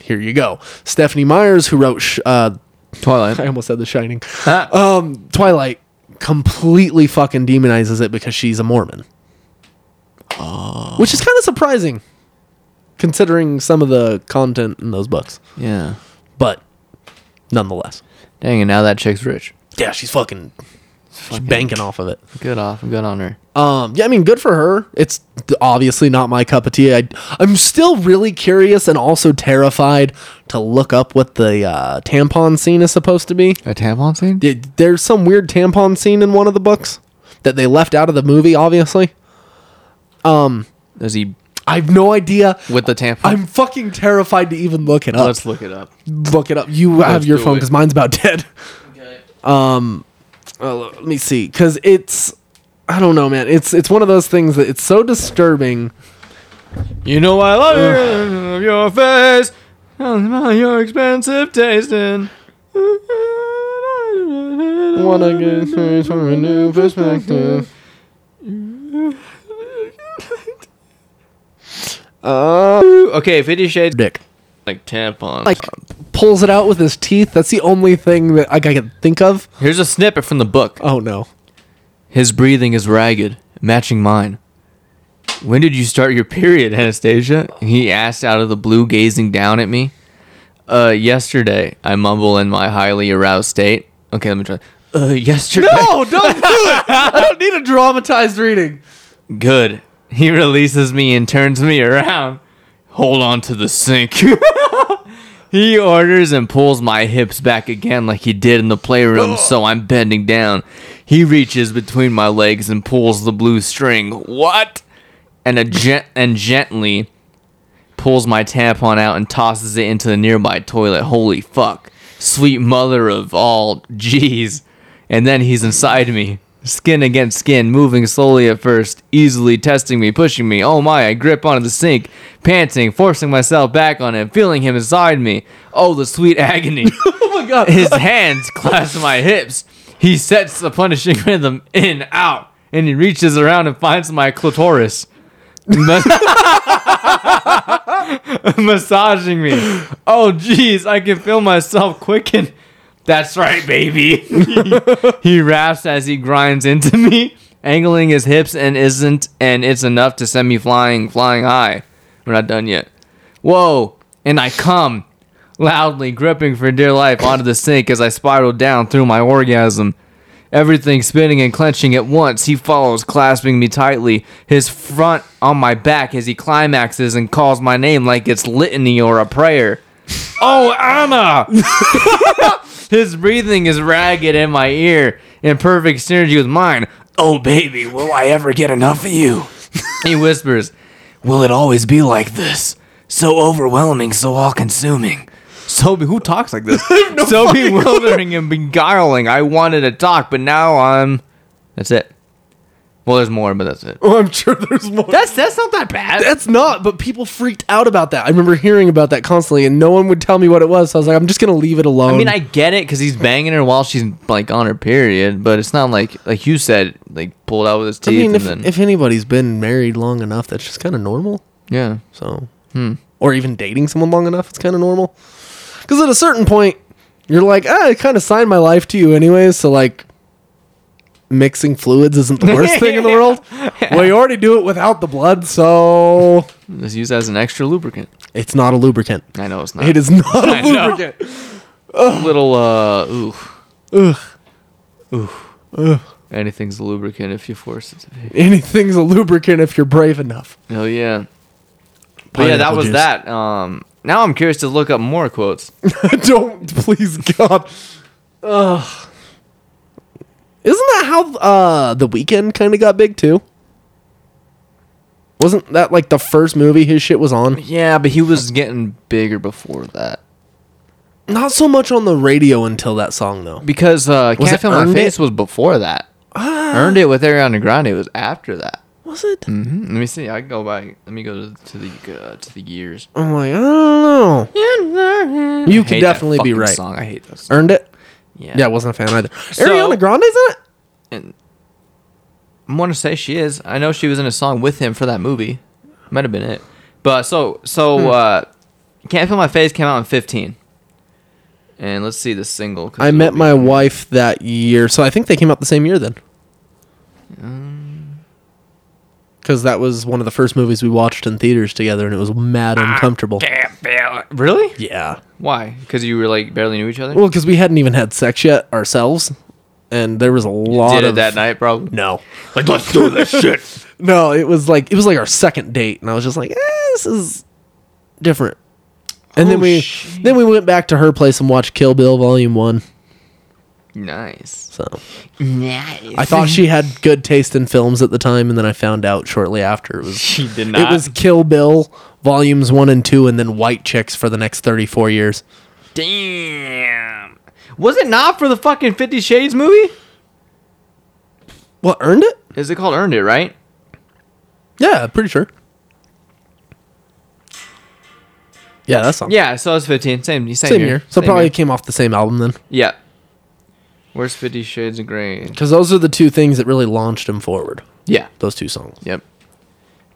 Speaker 3: here you go. Stephanie Myers, who wrote, sh- uh, I
Speaker 2: Twilight.
Speaker 3: almost said The Shining,
Speaker 2: Ah.
Speaker 3: um, Twilight, completely fucking demonizes it because she's a Mormon. Which is kind of surprising considering some of the content in those books,
Speaker 2: Yeah.
Speaker 3: but nonetheless.
Speaker 2: Dang, and now that chick's rich.
Speaker 3: Yeah, she's fucking, she's banking off of it.
Speaker 2: Good off. Good on her.
Speaker 3: Um, yeah, I mean, good for her. It's obviously not my cup of tea. I, I'm still really curious and also terrified to look up what the uh, tampon scene is supposed to be.
Speaker 2: A tampon scene?
Speaker 3: There- There's some weird tampon scene in one of the books that they left out of the movie. Obviously,
Speaker 2: Does he
Speaker 3: I've no idea.
Speaker 2: with the tampon?
Speaker 3: I'm fucking terrified to even look it up.
Speaker 2: Let's look it up.
Speaker 3: look it up. You have your
Speaker 2: do
Speaker 3: phone
Speaker 2: it.
Speaker 3: because mine's about dead. Okay. Um, uh, let me see, because it's I don't know, man. It's it's one of those things that it's so disturbing.
Speaker 2: You know I love you, your face. Your expensive tasting.
Speaker 3: Wanna get things from a new perspective.
Speaker 2: Okay, Fifty Shades
Speaker 3: Uh, Dick
Speaker 2: like tampon.
Speaker 3: like pulls it out with his teeth. That's the only thing that like, I can think of.
Speaker 2: Here's a snippet from the book.
Speaker 3: Oh no.
Speaker 2: His breathing is ragged, matching mine. When did you start your period, Anastasia? He asked out of the blue, gazing down at me. Uh, yesterday, I mumble in my highly aroused state. Okay, let me try. Uh, yesterday.
Speaker 3: No, Oh, don't do it. I don't need a dramatized reading.
Speaker 2: Good. He releases me and turns me around. Hold on to the sink. he orders and pulls my hips back again like he did in the playroom, so I'm bending down. He reaches between my legs and pulls the blue string. What? And a gen- and gently pulls my tampon out and tosses it into the nearby toilet. Holy fuck. Sweet mother of all jeez. And then he's inside me, skin against skin, moving slowly at first, easily testing me, pushing me. Oh my, I grip onto the sink, panting, forcing myself back on him, feeling him inside me. Oh, the sweet agony.
Speaker 3: Oh my god.
Speaker 2: His hands clasp my hips. He sets the punishing rhythm in, out, and he reaches around and finds my clitoris. Mas- massaging me. Oh, jeez, I can feel myself quicken. That's right, baby. he, he raps as he grinds into me, angling his hips and isn't, and it's enough to send me flying, flying high. We're not done yet. Whoa! And I come loudly, gripping for dear life onto the sink as I spiral down through my orgasm. Everything spinning and clenching at once, he follows, clasping me tightly, his front on my back as he climaxes and calls my name like it's litany or a prayer. Oh, Anna! His breathing is ragged in my ear, in perfect synergy with mine.
Speaker 4: Oh, baby, will I ever get enough of you?
Speaker 2: He whispers,
Speaker 4: Will it always be like this? So overwhelming, so all consuming.
Speaker 2: So who talks like this? so bewildering and beguiling. I wanted to talk, but now I'm. That's it. Well, there's more, but that's it.
Speaker 3: Oh, I'm sure there's more.
Speaker 2: That's that's not that bad.
Speaker 3: That's not, but people freaked out about that. I remember hearing about that constantly, and no one would tell me what it was. So I was like, I'm just gonna leave it alone.
Speaker 2: I mean, I get it because he's banging her while she's like on her period, but it's not like like you said, like pulled out with his
Speaker 3: I
Speaker 2: teeth
Speaker 3: mean,
Speaker 2: and
Speaker 3: if,
Speaker 2: then
Speaker 3: if anybody's been married long enough, that's just kind of normal.
Speaker 2: yeah.
Speaker 3: So,
Speaker 2: Hmm.
Speaker 3: or even dating someone long enough, it's kind of normal. Because at a certain point, you're like, ah, I kind of signed my life to you, anyways. So like, mixing fluids isn't the worst thing in the world. Well, you already do it without the blood, so
Speaker 2: It's used as an extra lubricant.
Speaker 3: it's not a lubricant.
Speaker 2: I know it's not.
Speaker 3: It is not a
Speaker 2: I know.
Speaker 3: lubricant.
Speaker 2: little uh ooh. Ooh. Anything's a lubricant if you force it to be.
Speaker 3: Anything's a lubricant if you're brave enough.
Speaker 2: Hell yeah. But yeah, that
Speaker 3: Pineapple
Speaker 2: was
Speaker 3: juice.
Speaker 2: that. Um now I'm curious to look up more quotes.
Speaker 3: Don't please God. Ugh. Isn't that how uh the weekend kind of got big too? Wasn't that like the first movie his shit was on?
Speaker 2: Yeah, but he was getting bigger before that.
Speaker 3: Not so much on the radio until that song though.
Speaker 2: Because uh
Speaker 3: Was
Speaker 2: Can't
Speaker 3: it
Speaker 2: Feel My
Speaker 3: Earned
Speaker 2: Face
Speaker 3: It?
Speaker 2: was before that. Earned It with Ariana Grande was after that.
Speaker 3: Was it?
Speaker 2: hmm Let me see. I can go by. Let me go to, to the uh, to the years.
Speaker 3: I'm like, I don't know.
Speaker 2: I
Speaker 3: You
Speaker 2: hate
Speaker 3: could
Speaker 2: that
Speaker 3: definitely be
Speaker 2: fucking
Speaker 3: right. Er,
Speaker 2: Song. I hate that. Song.
Speaker 3: Earned it?
Speaker 2: Yeah.
Speaker 3: Yeah. I wasn't a fan either. Ariana Grande's in it?
Speaker 2: And I want to say she is. I know she was in a song with him for that movie. Might have been it. But so so
Speaker 3: Hmm.
Speaker 2: uh Can't Feel My Face came out in 15. And let's see the single. 'cause
Speaker 3: I
Speaker 2: it'll
Speaker 3: met
Speaker 2: be-
Speaker 3: my wife that year, so I think they came out the same year then.
Speaker 2: Um,
Speaker 3: Because that was one of the first movies we watched in theaters together, and it was mad
Speaker 2: Ah,
Speaker 3: uncomfortable.
Speaker 2: Really?
Speaker 3: Yeah.
Speaker 2: Why? Cuz you were like barely knew each other.
Speaker 3: Well, because we hadn't even had sex yet ourselves, and there was a lot
Speaker 2: Did
Speaker 3: of
Speaker 2: it that night, probably.
Speaker 3: No,
Speaker 4: Like, let's do this shit.
Speaker 3: no, it was like it was like our second date, and I was just like, eh, this is different. And then
Speaker 2: Oh,
Speaker 3: we
Speaker 2: shit.
Speaker 3: then we went back to her place and watched Kill Bill Volume One.
Speaker 2: Nice.
Speaker 3: So I thought she had good taste in films at the time, and then I found out shortly after it was
Speaker 2: She did
Speaker 3: It was Kill Bill volumes one and two, and then White Chicks for the next thirty-four years.
Speaker 2: damn. Was it not for the fucking 50 Shades movie?
Speaker 3: What earned it?
Speaker 2: Is it called Earned It, right?
Speaker 3: Yeah, pretty sure. Yeah, that's something.
Speaker 2: Yeah, so it's 15. Same, same,
Speaker 3: same
Speaker 2: year.
Speaker 3: year. So
Speaker 2: Same
Speaker 3: probably
Speaker 2: year.
Speaker 3: came off the same album then,
Speaker 2: Yeah. Where's Fifty Shades of Grey?
Speaker 3: because those are the two things that really launched him forward.
Speaker 2: Yeah.
Speaker 3: Those two songs.
Speaker 2: Yep.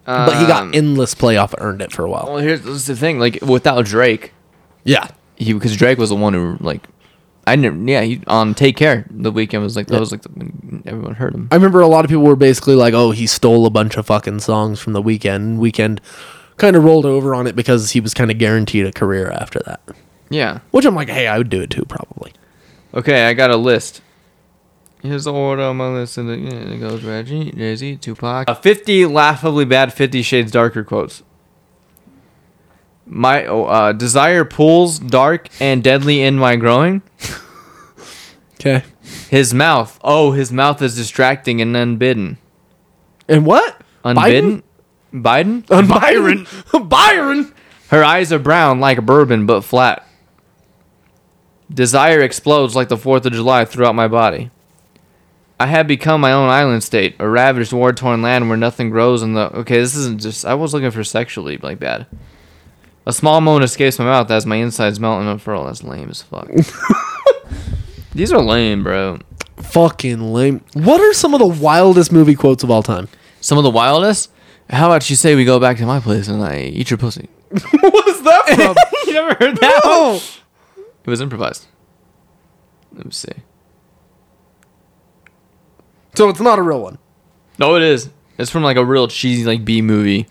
Speaker 3: But he
Speaker 2: Um,
Speaker 3: got endless play off of earned it for a while.
Speaker 2: Well, here's, this is the thing. Like without Drake,
Speaker 3: Yeah,
Speaker 2: he because Drake was the one who like, I never. Yeah, he on Take Care the weekend was like that was like the, when everyone heard him.
Speaker 3: I remember a lot of people were basically like, "Oh, he stole a bunch of fucking songs from the weekend." Weekend kind of rolled over on it because he was kind of guaranteed a career after that.
Speaker 2: Yeah.
Speaker 3: Which I'm like, hey, I would do it too, probably.
Speaker 2: Okay, I got a list. Here's the order on my list, and it yeah, it goes Reggie, Jay Z, Tupac. Uh, Fifty laughably bad Fifty Shades Darker quotes. My oh, uh, desire pools dark and deadly in my growing.
Speaker 3: Okay.
Speaker 2: His mouth. Oh, his mouth is distracting and unbidden.
Speaker 3: And what?
Speaker 2: Unbidden? Biden?
Speaker 3: Biden? Byron. Byron.
Speaker 2: Her eyes are brown like bourbon but flat. Desire explodes like the 4th of July throughout my body. I have become my own island state, a ravaged, war torn land where nothing grows in the. Okay, this isn't just. I was looking for sexually, like bad. A small moan escapes my mouth as my insides melt and unfurl. That's lame as fuck. These are lame, bro.
Speaker 3: Fucking lame. What are some of the wildest movie quotes of all time?
Speaker 2: Some of the wildest? How about you say we go back to my place and I eat your pussy?
Speaker 3: what is that from?
Speaker 2: you never heard that
Speaker 3: Oh.
Speaker 2: one? It was improvised. Let me see.
Speaker 3: So it's not a real one.
Speaker 2: No, it is. It's from like a real cheesy like B movie.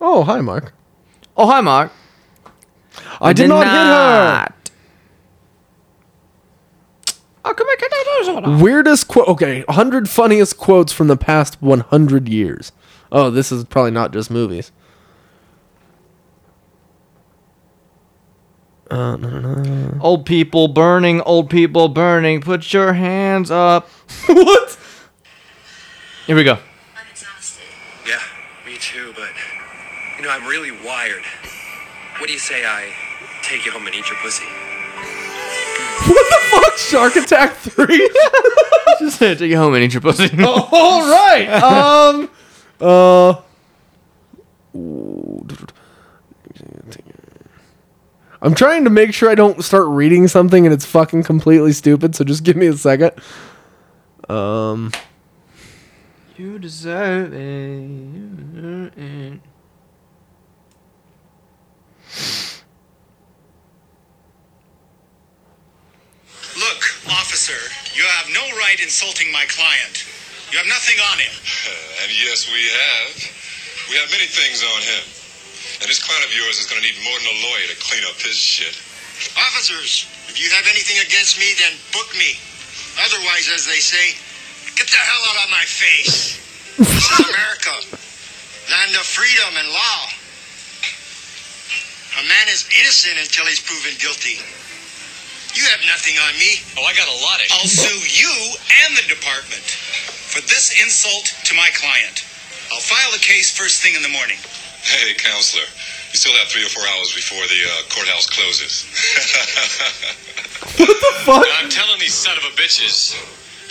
Speaker 3: Oh, hi, Mark.
Speaker 2: Oh hi, Mark.
Speaker 3: I did, not,
Speaker 2: Oh come back and
Speaker 3: hit her. Weirdest quote. Okay, 100 funniest quotes from the past 100 years. Oh, this is probably not just movies.
Speaker 2: Old people burning, old people burning. Put your hands up.
Speaker 3: what?
Speaker 2: Here we go.
Speaker 5: I'm exhausted.
Speaker 6: Yeah, me too, but you know, I'm really wired. What do you say I take you home and eat your pussy?
Speaker 3: What the fuck? Shark Attack 3?
Speaker 2: Just take you home and eat your pussy.
Speaker 3: All right. Um. Uh. I'm trying to make sure I don't start reading something and it's fucking completely stupid. So just give me a second.
Speaker 2: You deserve it. You deserve it.
Speaker 7: Look, officer, you have no right insulting my client. You have nothing on him.
Speaker 8: Uh, and yes, we have. We have many things on him. And this client of yours is going to need more than a lawyer to clean up his shit.
Speaker 7: Officers, if you have anything against me, then book me. Otherwise, as they say, get the hell out of my face. this is America, land of freedom and law. A man is innocent until he's proven guilty. You have nothing on me.
Speaker 6: Oh, I got a lot of.
Speaker 7: I'll sue you and the department for this insult to my client. I'll file a case first thing in the morning.
Speaker 8: Hey, counselor, you still have three or four hours before the uh, courthouse closes. what the fuck? I'm telling these son of a bitches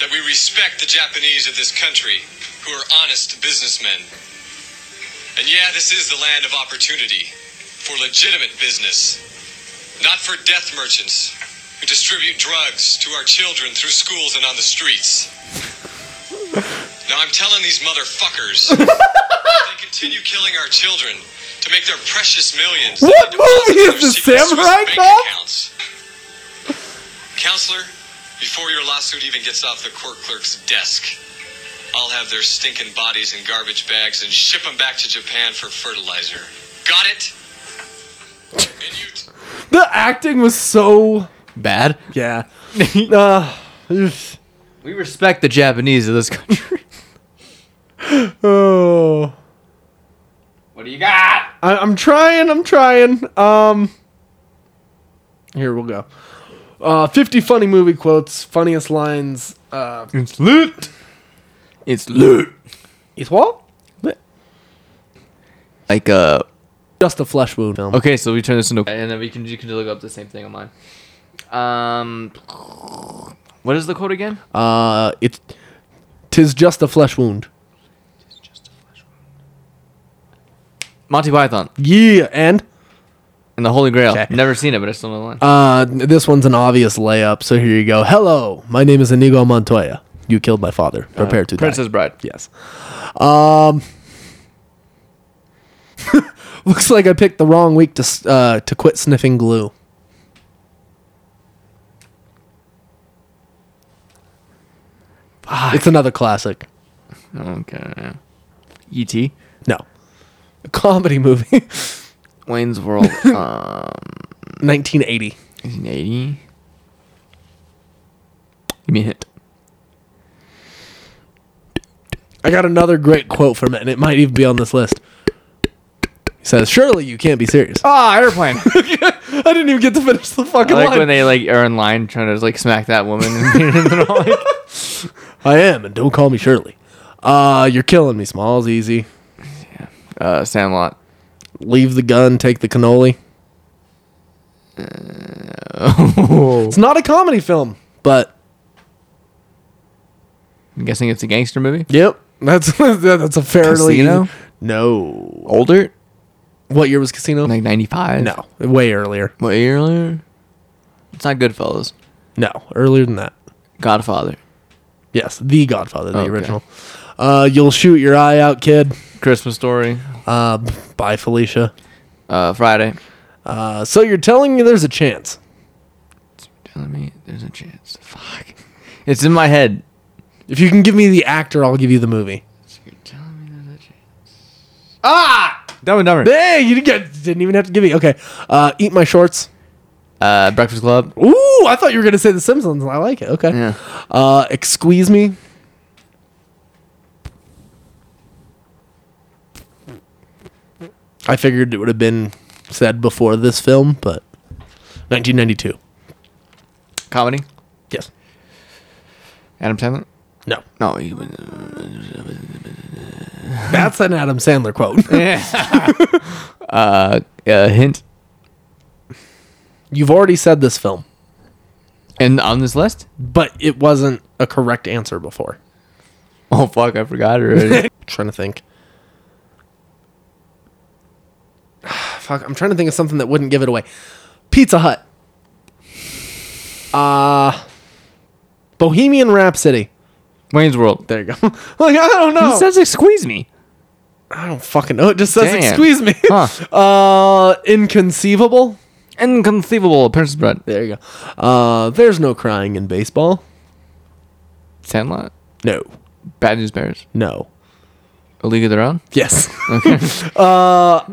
Speaker 8: that we respect the Japanese of this country who are honest businessmen. And yeah, this is the land of opportunity for legitimate business, not for death merchants who distribute drugs to our children through schools and on the streets. Now I'm telling these motherfuckers they continue killing our children to make their precious millions. that
Speaker 3: What
Speaker 8: they deposit
Speaker 3: movie
Speaker 8: in
Speaker 3: is
Speaker 8: their
Speaker 3: this,
Speaker 8: secret Swiss
Speaker 3: Samurai
Speaker 8: bank
Speaker 3: Cop?
Speaker 8: accounts. Counselor, before your lawsuit even gets off the court clerk's desk, I'll have their stinking bodies in garbage bags and ship them back to Japan for fertilizer. Got it? And you t-
Speaker 3: The acting was so
Speaker 2: Bad.
Speaker 3: yeah. Uh, oof.
Speaker 2: We respect the Japanese of this country.
Speaker 3: oh.
Speaker 2: What do you got?
Speaker 3: I, I'm trying. I'm trying. Um, here we'll go. Uh, 50 funny movie quotes, funniest lines. Uh,
Speaker 2: It's lit. It's lit.
Speaker 3: it's what?
Speaker 2: Like uh.
Speaker 3: Just a flesh wound film.
Speaker 2: Okay, so we turn this into, and then we can you can look up the same thing on mine. Um, what is the quote again?
Speaker 3: Uh, it's tis just a flesh wound.
Speaker 2: Monty Python
Speaker 3: Yeah, and
Speaker 2: and the Holy Grail.
Speaker 3: Okay.
Speaker 2: Never seen it, but I still know the line.
Speaker 3: uh, this one's an obvious layup. So here you go. Hello, my name is Inigo Montoya. You killed my father. Prepare to die.
Speaker 2: Princess Bride.
Speaker 3: Yes. Um. looks like I picked the wrong week to s- uh, to quit sniffing glue. It's another classic.
Speaker 2: Okay. E.T.
Speaker 3: No, a comedy movie,
Speaker 2: Wayne's World. um,
Speaker 3: 1980.
Speaker 2: 1980. Give me a hint.
Speaker 3: I got another great quote from it, and it might even be on this list. He says, "Surely you can't be serious."
Speaker 2: Ah, airplane.
Speaker 3: I didn't even get to finish the fucking
Speaker 2: like
Speaker 3: line.
Speaker 2: when they like are in line trying to like smack that woman. and they're all like,
Speaker 3: I am, and don't call me Shirley. Uh, you're killing me, Smalls. Easy.
Speaker 2: uh, Sandlot.
Speaker 3: leave the gun, take the cannoli.
Speaker 2: Oh.
Speaker 3: it's not a comedy film, but
Speaker 2: I'm guessing it's a gangster movie.
Speaker 3: yep, that's that's a fairly
Speaker 2: Casino?
Speaker 3: No,
Speaker 2: Older,
Speaker 3: what year was Casino?
Speaker 2: like 95.
Speaker 3: No, way earlier.
Speaker 2: What year earlier? It's not Goodfellas.
Speaker 3: No, earlier than that.
Speaker 2: Godfather.
Speaker 3: Yes, The Godfather, the
Speaker 2: Okay.
Speaker 3: original. Uh, you'll shoot your eye out, kid.
Speaker 2: Christmas Story.
Speaker 3: Uh, bye, Felicia.
Speaker 2: Uh, Friday.
Speaker 3: Uh, so you're telling me there's a chance?
Speaker 2: Telling me there's a chance. Fuck. It's in my head.
Speaker 3: If you can give me the actor, I'll give you the movie.
Speaker 2: You're telling me there's a chance. Ah! Dumb and Dumber.
Speaker 3: Hey, you didn't, get, didn't even have to give me. Okay, uh, eat my shorts.
Speaker 2: Uh, Breakfast Club.
Speaker 3: Ooh, I thought you were gonna say The Simpsons. I like it. Okay.
Speaker 2: Yeah.
Speaker 3: Uh, excuse me. I figured it would have been said before this film, but 1992.
Speaker 2: Comedy?
Speaker 3: Yes.
Speaker 2: Adam Sandler?
Speaker 3: No.
Speaker 2: No, he was.
Speaker 3: That's an Adam Sandler quote.
Speaker 2: Uh, hint.
Speaker 3: You've already said this film,
Speaker 2: And on this list?
Speaker 3: but it wasn't a correct answer before.
Speaker 2: Oh, fuck, I forgot already.
Speaker 3: trying to think. Fuck, I'm trying to think of something that wouldn't give it away. Pizza Hut. Uh Bohemian Rhapsody.
Speaker 2: Wayne's World.
Speaker 3: There you go. like I don't know.
Speaker 2: It says like, squeeze me.
Speaker 3: I don't fucking know. It just says
Speaker 2: Damn.
Speaker 3: excuse me.
Speaker 2: Huh.
Speaker 3: Uh inconceivable.
Speaker 2: Inconceivable. Princess Bride.
Speaker 3: There you go. Uh there's no crying in baseball.
Speaker 2: Sandlot.
Speaker 3: No.
Speaker 2: Bad News Bears.
Speaker 3: No.
Speaker 2: A League of Their Own.
Speaker 3: Yes. Okay. uh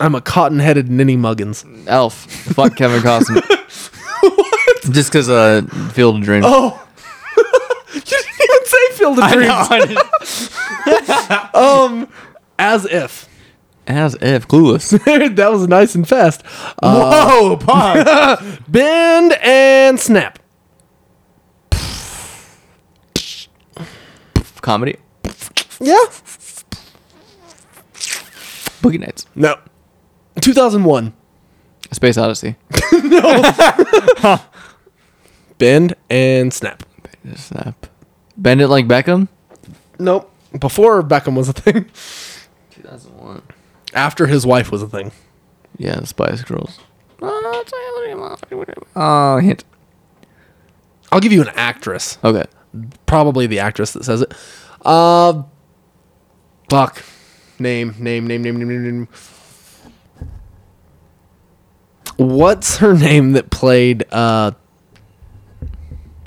Speaker 3: I'm a cotton-headed ninny muggins.
Speaker 2: Elf. Fuck Kevin Costner. Just because uh, Field of Dreams.
Speaker 3: Oh. you didn't even say Field of Dreams. Um, As if.
Speaker 2: As if. Clueless.
Speaker 3: that was nice and fast. Whoa, pause. Bend and snap.
Speaker 2: Comedy.
Speaker 3: Yeah.
Speaker 2: Boogie Nights.
Speaker 3: No. 2001.
Speaker 2: Space Odyssey.
Speaker 3: Bend and snap.
Speaker 2: Snap. Bend It Like Beckham.
Speaker 3: Nope. Before Beckham was a thing.
Speaker 2: 2001.
Speaker 3: After his wife was a thing.
Speaker 2: Yeah, the Spice Girls. Uh, hint.
Speaker 3: I'll give you an actress.
Speaker 2: Okay.
Speaker 3: Probably the actress that says it. Uh, fuck. Name, name, name, name, name, name, name. What's her name that played uh,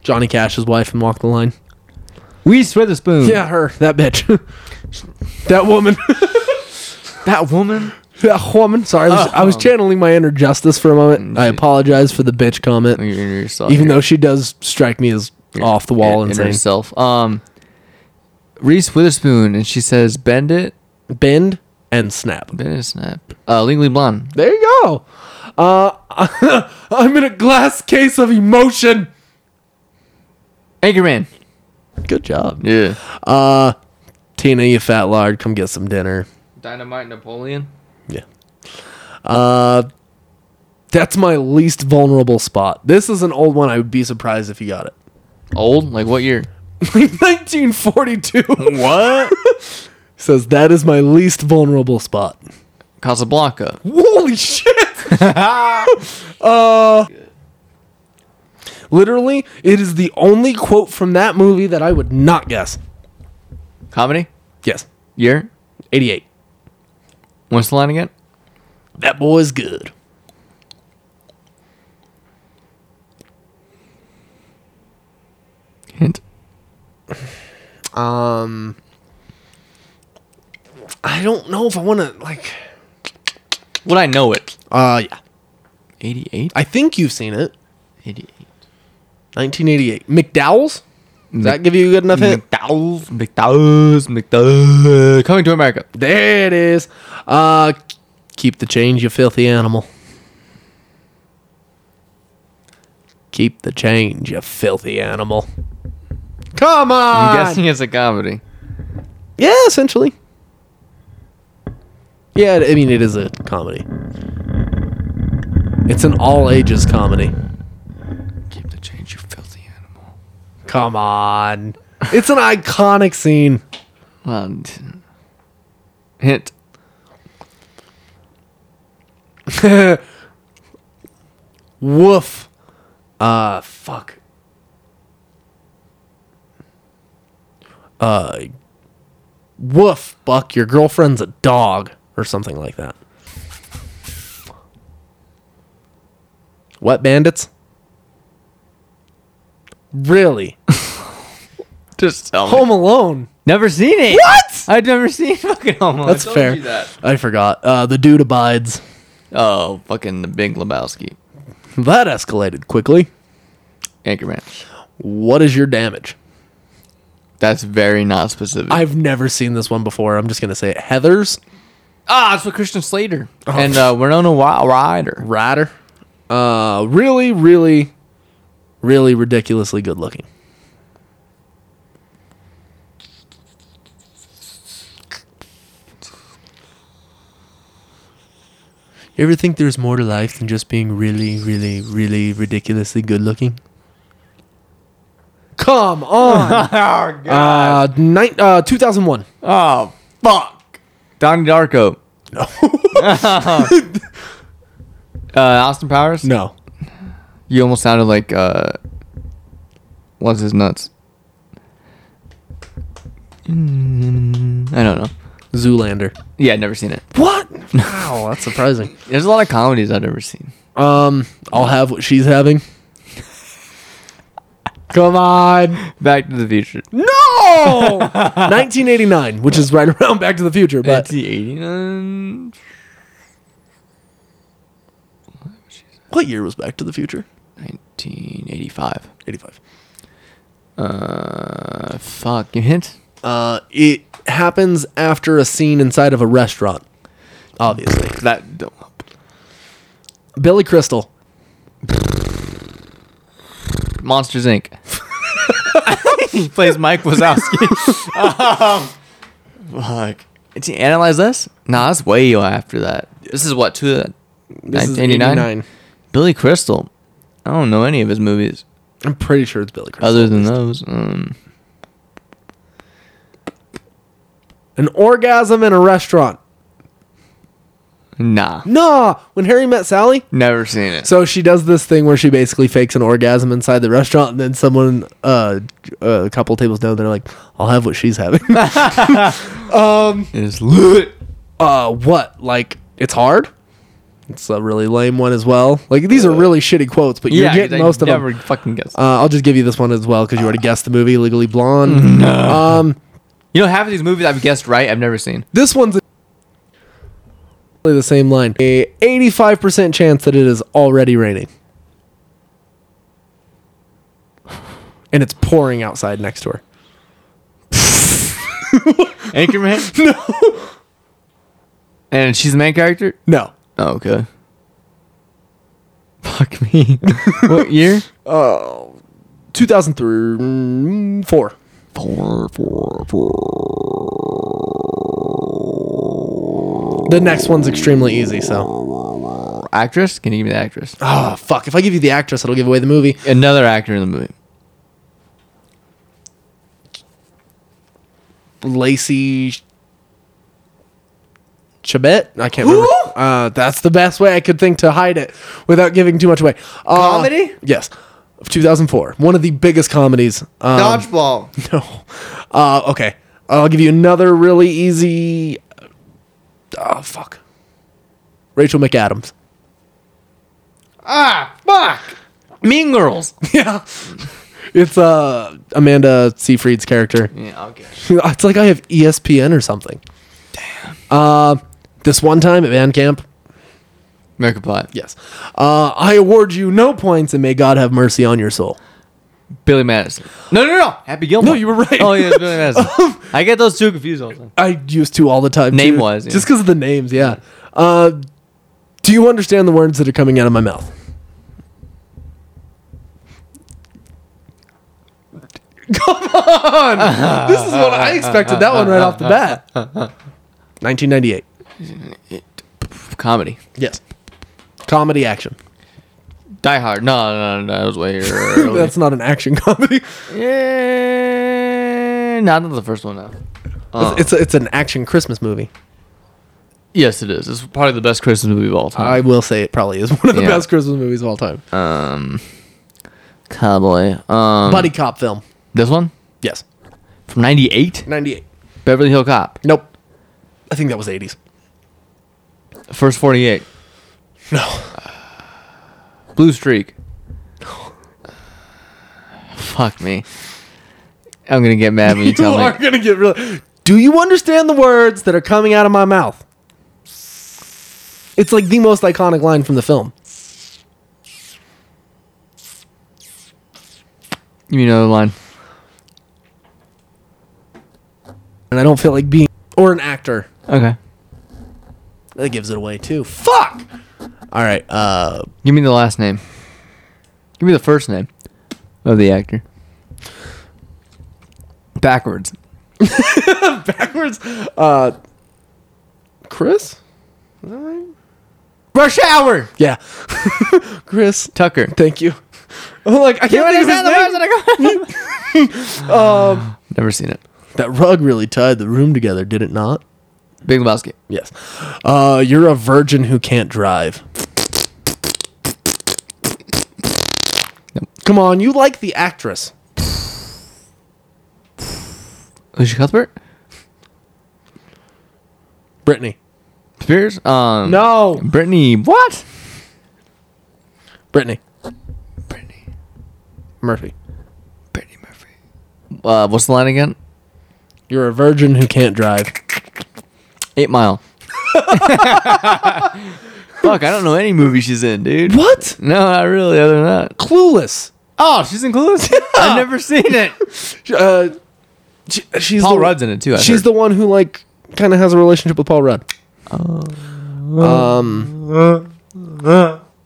Speaker 3: Johnny Cash's wife in Walk the Line?
Speaker 2: Reese Witherspoon.
Speaker 3: Yeah, her. That bitch. that woman.
Speaker 2: That woman. Oh.
Speaker 3: that woman. Sorry, I was, I was channeling my inner justice for a moment. I apologize for the bitch comment.
Speaker 2: Mm, You're, you're yourself.
Speaker 3: Even
Speaker 2: You're-
Speaker 3: though she does strike me as off the wall
Speaker 2: in, in
Speaker 3: insane.
Speaker 2: herself. Um, Reese Witherspoon, and she says, "Bend it,
Speaker 3: Bend and snap.
Speaker 2: bend it, snap." Uh, Legally Blonde.
Speaker 3: There you go. Uh, I'm in a glass case of emotion.
Speaker 2: Anchorman.
Speaker 3: Good job.
Speaker 2: Yeah.
Speaker 3: Tina, you fat lard, come get some dinner.
Speaker 2: Dynamite Napoleon.
Speaker 3: Yeah. Uh, that's my least vulnerable spot. This is an old one. I would be surprised if you got it.
Speaker 2: Old? Like what year?
Speaker 3: 1942. What? Says that is my least vulnerable spot.
Speaker 2: Casablanca.
Speaker 3: Holy shit! uh, literally, it is the only quote from that movie that I would not guess.
Speaker 2: Comedy.
Speaker 3: Yes,
Speaker 2: Year.
Speaker 3: 88.
Speaker 2: What's the line again?
Speaker 3: That boy's good.
Speaker 2: Hint.
Speaker 3: I don't know if I want to like.
Speaker 2: Would I know it?
Speaker 3: Uh, yeah.
Speaker 2: Eighty-eight.
Speaker 3: I think you've seen it.
Speaker 2: Eighty-eight.
Speaker 3: 1988. McDowell's. Does that give you a good enough hint?
Speaker 2: McDowell's. McDowell's. McDowell's. Coming to America.
Speaker 3: There it is. Uh, keep the change, you filthy animal. Keep the change, you filthy animal. Come on.
Speaker 2: I'm guessing it's a comedy.
Speaker 3: Yeah, essentially. Yeah, I mean it is a comedy. It's an all ages comedy.
Speaker 2: Keep the change, you filthy animal.
Speaker 3: Come on. It's an iconic scene.
Speaker 2: Well, t- hint.
Speaker 3: Woof. Uh, fuck. Uh, woof, Buck. Your girlfriend's a dog, or something like that. What bandits? Really?
Speaker 2: Just tell
Speaker 3: Home Alone.
Speaker 2: Never seen it.
Speaker 3: What?
Speaker 2: I've never seen fucking Home Alone.
Speaker 3: That's fair. I forgot. Uh, the dude abides.
Speaker 2: Oh, fucking the Big Lebowski.
Speaker 3: That escalated quickly.
Speaker 2: Anchorman.
Speaker 3: What is your damage?
Speaker 2: That's very not specific.
Speaker 3: I've never seen this one before. I'm just gonna say it. Heather's
Speaker 2: ah, that's what Christian Slater and uh, Winona Wi- Ryder.
Speaker 3: Rider. Uh, really, really, really ridiculously good looking. You ever think there's more to life than just being really, really, really ridiculously good looking? Come on!
Speaker 2: Oh,
Speaker 3: uh, nine, uh, 2001.
Speaker 2: oh fuck. Donnie Darko. No. uh, Austin Powers?
Speaker 3: No.
Speaker 2: You almost sounded like uh what's his nuts? Mm, I don't know.
Speaker 3: Zoolander.
Speaker 2: Yeah, I've never seen it.
Speaker 3: What? Wow, that's surprising.
Speaker 2: There's a lot of comedies I've never seen.
Speaker 3: Um, I'll have what she's having. Come on.
Speaker 2: Back to the Future.
Speaker 3: No! 1989, which is right around Back to the Future, but
Speaker 2: 1989.
Speaker 3: what year was Back to the Future?
Speaker 2: 1985.
Speaker 3: 85.
Speaker 2: Uh, fuck. You hint?
Speaker 3: Uh, it happens after a scene inside of a restaurant. Obviously.
Speaker 2: That. don't-
Speaker 3: Billy Crystal.
Speaker 2: Monsters Inc. he plays Mike Wazowski. um, fuck. Did you analyze this? Nah, that's way after that. This is what two.
Speaker 3: This is
Speaker 2: 1989. Billy Crystal. I don't know any of his movies
Speaker 3: I'm pretty sure it's Billy Crystal.
Speaker 2: other than those. Um,
Speaker 3: An orgasm in a restaurant.
Speaker 2: nah,
Speaker 3: Nah, when Harry met Sally.
Speaker 2: never seen it.
Speaker 3: So she does this thing where she basically fakes an orgasm inside the restaurant, and then someone, uh, a couple tables down, they're like, "I'll have what she's having."
Speaker 2: It is lit.
Speaker 3: uh, what? Like it's hard. It's a really lame one as well. Like these are really shitty quotes, but you're
Speaker 2: Uh, Yeah, 'cause
Speaker 3: getting
Speaker 2: I
Speaker 3: most of
Speaker 2: never
Speaker 3: them.
Speaker 2: fucking guess.
Speaker 3: Uh, I'll just give you this one as well because you already guessed the movie Legally
Speaker 2: Mm-hmm.
Speaker 3: Blonde. Um,
Speaker 2: you know, half of these movies I've guessed right, I've never seen.
Speaker 3: this one's really the same line. A 85% chance that it is already raining. And it's pouring outside next door.
Speaker 2: Anchorman? no. And she's the main character?
Speaker 3: No.
Speaker 2: Oh, okay. Fuck me. what year?
Speaker 3: 2004. The next one's extremely easy, so.
Speaker 2: Actress? Can you give me the actress?
Speaker 3: Oh, fuck. If I give you the actress, it'll give away the movie.
Speaker 2: Another actor in the movie.
Speaker 3: Lacey Chabet? I can't remember. Uh, that's the best way I could think to hide it without giving too much away. Uh,
Speaker 2: Comedy?
Speaker 3: Yes. Of 2004. One of the biggest comedies. Um,
Speaker 2: Dodgeball.
Speaker 3: No. Uh, okay. I'll give you another really easy. Oh, fuck. Rachel McAdams.
Speaker 2: Mean Girls.
Speaker 3: Yeah. It's uh, Amanda Seyfried's character.
Speaker 2: yeah, okay.
Speaker 3: It's like I have E ESPN or something. Damn. Uh, this one time at Van Camp.
Speaker 2: American Pie.
Speaker 3: Yes. Uh, I award you no points and may God have mercy on your soul.
Speaker 2: Billy Madison. No, no, no. Happy Gilmore.
Speaker 3: No, you were right.
Speaker 2: Oh, yeah, it's Billy Madison. I get those two confused all the time.
Speaker 3: I used to all the time. too.
Speaker 2: Name-wise, yeah.
Speaker 3: Just because of the names, yeah. Uh, do you understand the words that are coming out of my mouth? Come on! this is what I expected that one right off the bat. 1998.
Speaker 2: Comedy.
Speaker 3: Yes. Comedy action.
Speaker 2: Die Hard. No, no, no. That was way early.
Speaker 3: That's not an action comedy.
Speaker 2: yeah. No, not the first one, now. Oh.
Speaker 3: It's, a, it's an action Christmas movie.
Speaker 2: Yes, it is. It's probably the best Christmas movie of all
Speaker 3: I
Speaker 2: time.
Speaker 3: will say it probably is one of the
Speaker 2: Yeah.
Speaker 3: best Christmas movies of all time.
Speaker 2: Cowboy. Um,
Speaker 3: Buddy cop film.
Speaker 2: this one?
Speaker 3: Yes.
Speaker 2: From 98?
Speaker 3: 98.
Speaker 2: Beverly Hill Cop.
Speaker 3: Nope. I think that was 80s.
Speaker 2: First 48.
Speaker 3: No.
Speaker 2: Blue Streak. Fuck me. I'm going to get mad when you
Speaker 3: You
Speaker 2: tell
Speaker 3: are
Speaker 2: me.
Speaker 3: gonna get real. Do you understand the words that are coming out of my mouth? It's like the most iconic line from the film.
Speaker 2: You mean another line?
Speaker 3: And I don't feel like being or an actor.
Speaker 2: Okay.
Speaker 3: That gives it away too. Fuck! All right. Uh,
Speaker 2: Give me the last name. Give me the first name of the actor. Backwards.
Speaker 3: backwards. Uh, Chris.
Speaker 2: Rush Hour.
Speaker 3: Yeah. Chris.
Speaker 2: Tucker.
Speaker 3: Thank you. Oh, like I can't think of his name.
Speaker 2: Never seen it.
Speaker 3: That rug really tied the room together, did it not?
Speaker 2: Big Lebowski.
Speaker 3: Yes. Uh, you're a virgin who can't drive. Come on, you like the actress.
Speaker 2: Alicia Cuthbert.
Speaker 3: Brittany.
Speaker 2: Spears. Um.
Speaker 3: No.
Speaker 2: Brittany. What?
Speaker 3: Brittany.
Speaker 2: Brittany.
Speaker 3: Murphy.
Speaker 2: Brittany Murphy. Uh, what's the line again?
Speaker 3: You're a virgin who can't drive.
Speaker 2: Eight Mile. Fuck, I don't know any movie she's in, dude.
Speaker 3: What?
Speaker 2: No, not really. Other than that.
Speaker 3: Clueless.
Speaker 2: Oh, she's in Clueless. I've never seen it.
Speaker 3: Uh, she, she's
Speaker 2: Paul
Speaker 3: the,
Speaker 2: Rudd's in it too. I
Speaker 3: She's
Speaker 2: heard.
Speaker 3: the one who like kind of has a relationship with Paul Rudd. Um,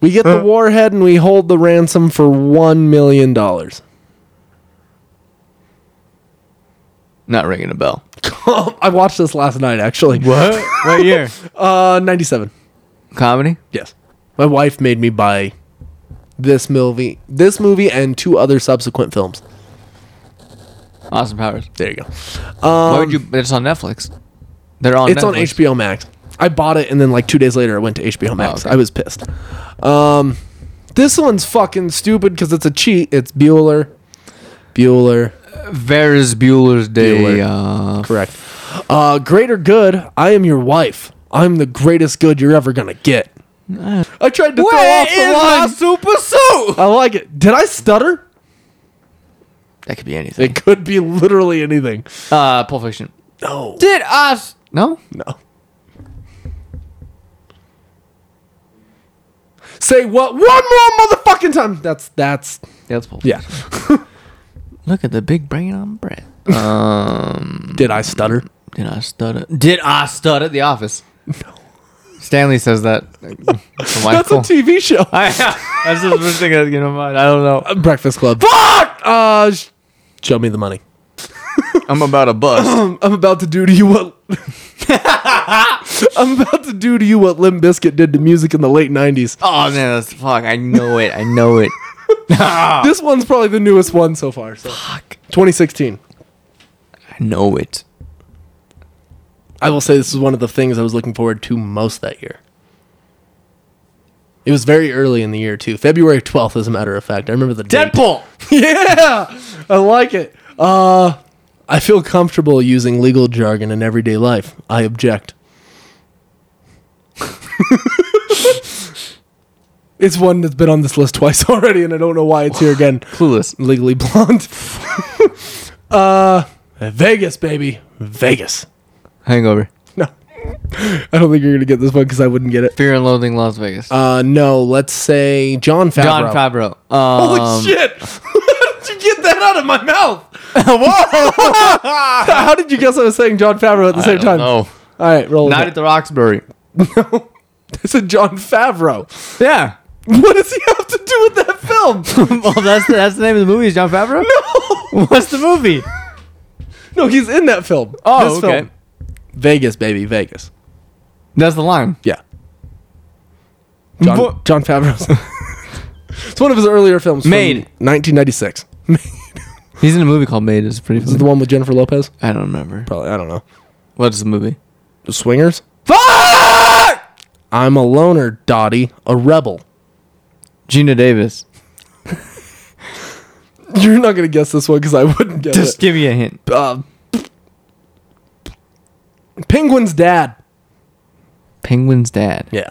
Speaker 3: we get the warhead and we hold the ransom for one million dollars.
Speaker 2: not ringing a bell.
Speaker 3: I watched this last night actually.
Speaker 2: What? what year?
Speaker 3: Uh, ninety-seven.
Speaker 2: Comedy.
Speaker 3: Yes, my wife made me buy this movie, this movie, and two other subsequent films.
Speaker 2: Austin Powers.
Speaker 3: There you go.
Speaker 2: Why would you? It's on Netflix. They're Um, on.
Speaker 3: it's on
Speaker 2: Netflix.
Speaker 3: HBO Max. I bought it and then like two days later it went to HBO Max.
Speaker 2: Oh, okay.
Speaker 3: I was pissed. Um, this one's fucking stupid because it's a cheat. It's Bueller. Bueller.
Speaker 2: Ferris Bueller's Day. Uh,
Speaker 3: Correct. Uh, greater good. I am your wife. I'm the greatest good you're ever gonna get.
Speaker 2: Uh,
Speaker 3: I tried to throw off the line.
Speaker 2: super suit?
Speaker 3: I like it. Did I stutter?
Speaker 2: That could be anything.
Speaker 3: It could be literally anything.
Speaker 2: Uh, Pulp Fiction.
Speaker 3: No.
Speaker 2: Did us? No.
Speaker 3: No. Say what? One more motherfucking time. That's that's
Speaker 2: That's Pulp.
Speaker 3: yeah.
Speaker 2: Look at the big brain on Brett.
Speaker 3: Did I stutter?
Speaker 2: Did I stud it? Did I stud at The Office? No. Stanley says that. uh,
Speaker 3: That's a TV show.
Speaker 2: That's the first thing that's getting in mind. I don't know.
Speaker 3: Breakfast Club. Fuck. Uh, sh- show me the money.
Speaker 2: I'm about a bust.
Speaker 3: I'm about to do to you what. I'm about to do to you what Limp Bizkit did to music in the late '90s.
Speaker 2: oh man, that's fuck. I know it. I know it.
Speaker 3: This one's probably the newest one so far. So. Ah. Fuck. 2016.
Speaker 2: I know it.
Speaker 3: I will say this is one of the things I was looking forward to most that year. It was very early in the year too, February 12th, as a matter of fact. I remember the date.
Speaker 2: Deadpool.
Speaker 3: Yeah, I like it. Uh, I feel comfortable using legal jargon in everyday life. I object. it's one that's been on this list twice already, and I don't know why it's here again.
Speaker 2: Clueless.
Speaker 3: Legally blonde. uh, Vegas, baby, Vegas.
Speaker 2: Hangover.
Speaker 3: No, I don't think you're gonna get this one because I wouldn't get it.
Speaker 2: Fear and Loathing Las Vegas.
Speaker 3: Uh, no, let's say John Favreau.
Speaker 2: John Favreau. Um,
Speaker 3: Holy shit! How did you get that out of my mouth? Whoa! How did you guess I was saying John Favreau at the same time?
Speaker 2: No.
Speaker 3: All right, roll.
Speaker 2: Night at the Roxbury.
Speaker 3: It's a John Favreau.
Speaker 2: Yeah.
Speaker 3: What does he have to do with that film?
Speaker 2: well, that's the, that's the name of the movie. Is John Favreau?
Speaker 3: no,
Speaker 2: What's the movie?
Speaker 3: no, he's in that film.
Speaker 2: Oh,
Speaker 3: This
Speaker 2: okay.
Speaker 3: film. Vegas, baby, Vegas.
Speaker 2: That's the line.
Speaker 3: Yeah. John,
Speaker 2: Vo-
Speaker 3: John Favreau's. it's one of his earlier films. from
Speaker 2: Made.
Speaker 3: 1996.
Speaker 2: He's in a movie called Made. It's pretty.
Speaker 3: Is it
Speaker 2: Funny.
Speaker 3: the one with Jennifer Lopez?
Speaker 2: I don't remember.
Speaker 3: Probably. I don't know.
Speaker 2: What's the movie?
Speaker 3: The Swingers.
Speaker 2: Fuck!
Speaker 3: I'm a loner, Dottie, a rebel.
Speaker 2: Gina Davis.
Speaker 3: You're not gonna guess this one because I wouldn't guess
Speaker 2: Just give me a hint.
Speaker 3: it. Uh, Penguin's dad.
Speaker 2: Penguin's dad.
Speaker 3: Yeah.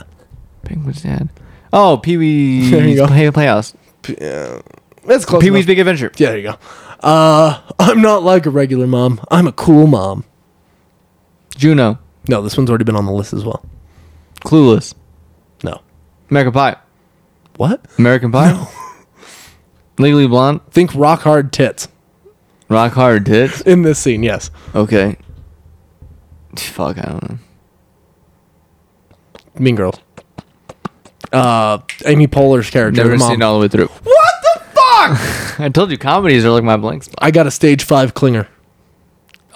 Speaker 2: Penguin's dad. Oh, Pee
Speaker 3: There you
Speaker 2: Wee's
Speaker 3: go.
Speaker 2: Play- Playhouse.
Speaker 3: That's close.
Speaker 2: Pee Wee's
Speaker 3: enough.
Speaker 2: Big Adventure.
Speaker 3: yeah, there you go. Uh, I'm not like a regular mom. I'm a cool mom.
Speaker 2: Juno.
Speaker 3: No, this one's already been on the list as well.
Speaker 2: Clueless.
Speaker 3: No.
Speaker 2: American Pie.
Speaker 3: What?
Speaker 2: American Pie. Legally Blonde.
Speaker 3: Think rock hard tits
Speaker 2: Rock Hard Tits.
Speaker 3: in this scene. Yes.
Speaker 2: Okay. Fuck, I don't know.
Speaker 3: Mean Girls. uh, Amy Poehler's character.
Speaker 2: Never
Speaker 3: the mom.
Speaker 2: seen it all the way through.
Speaker 3: What the fuck?
Speaker 2: I told you comedies are like my blank spot.
Speaker 3: I got a stage five clinger.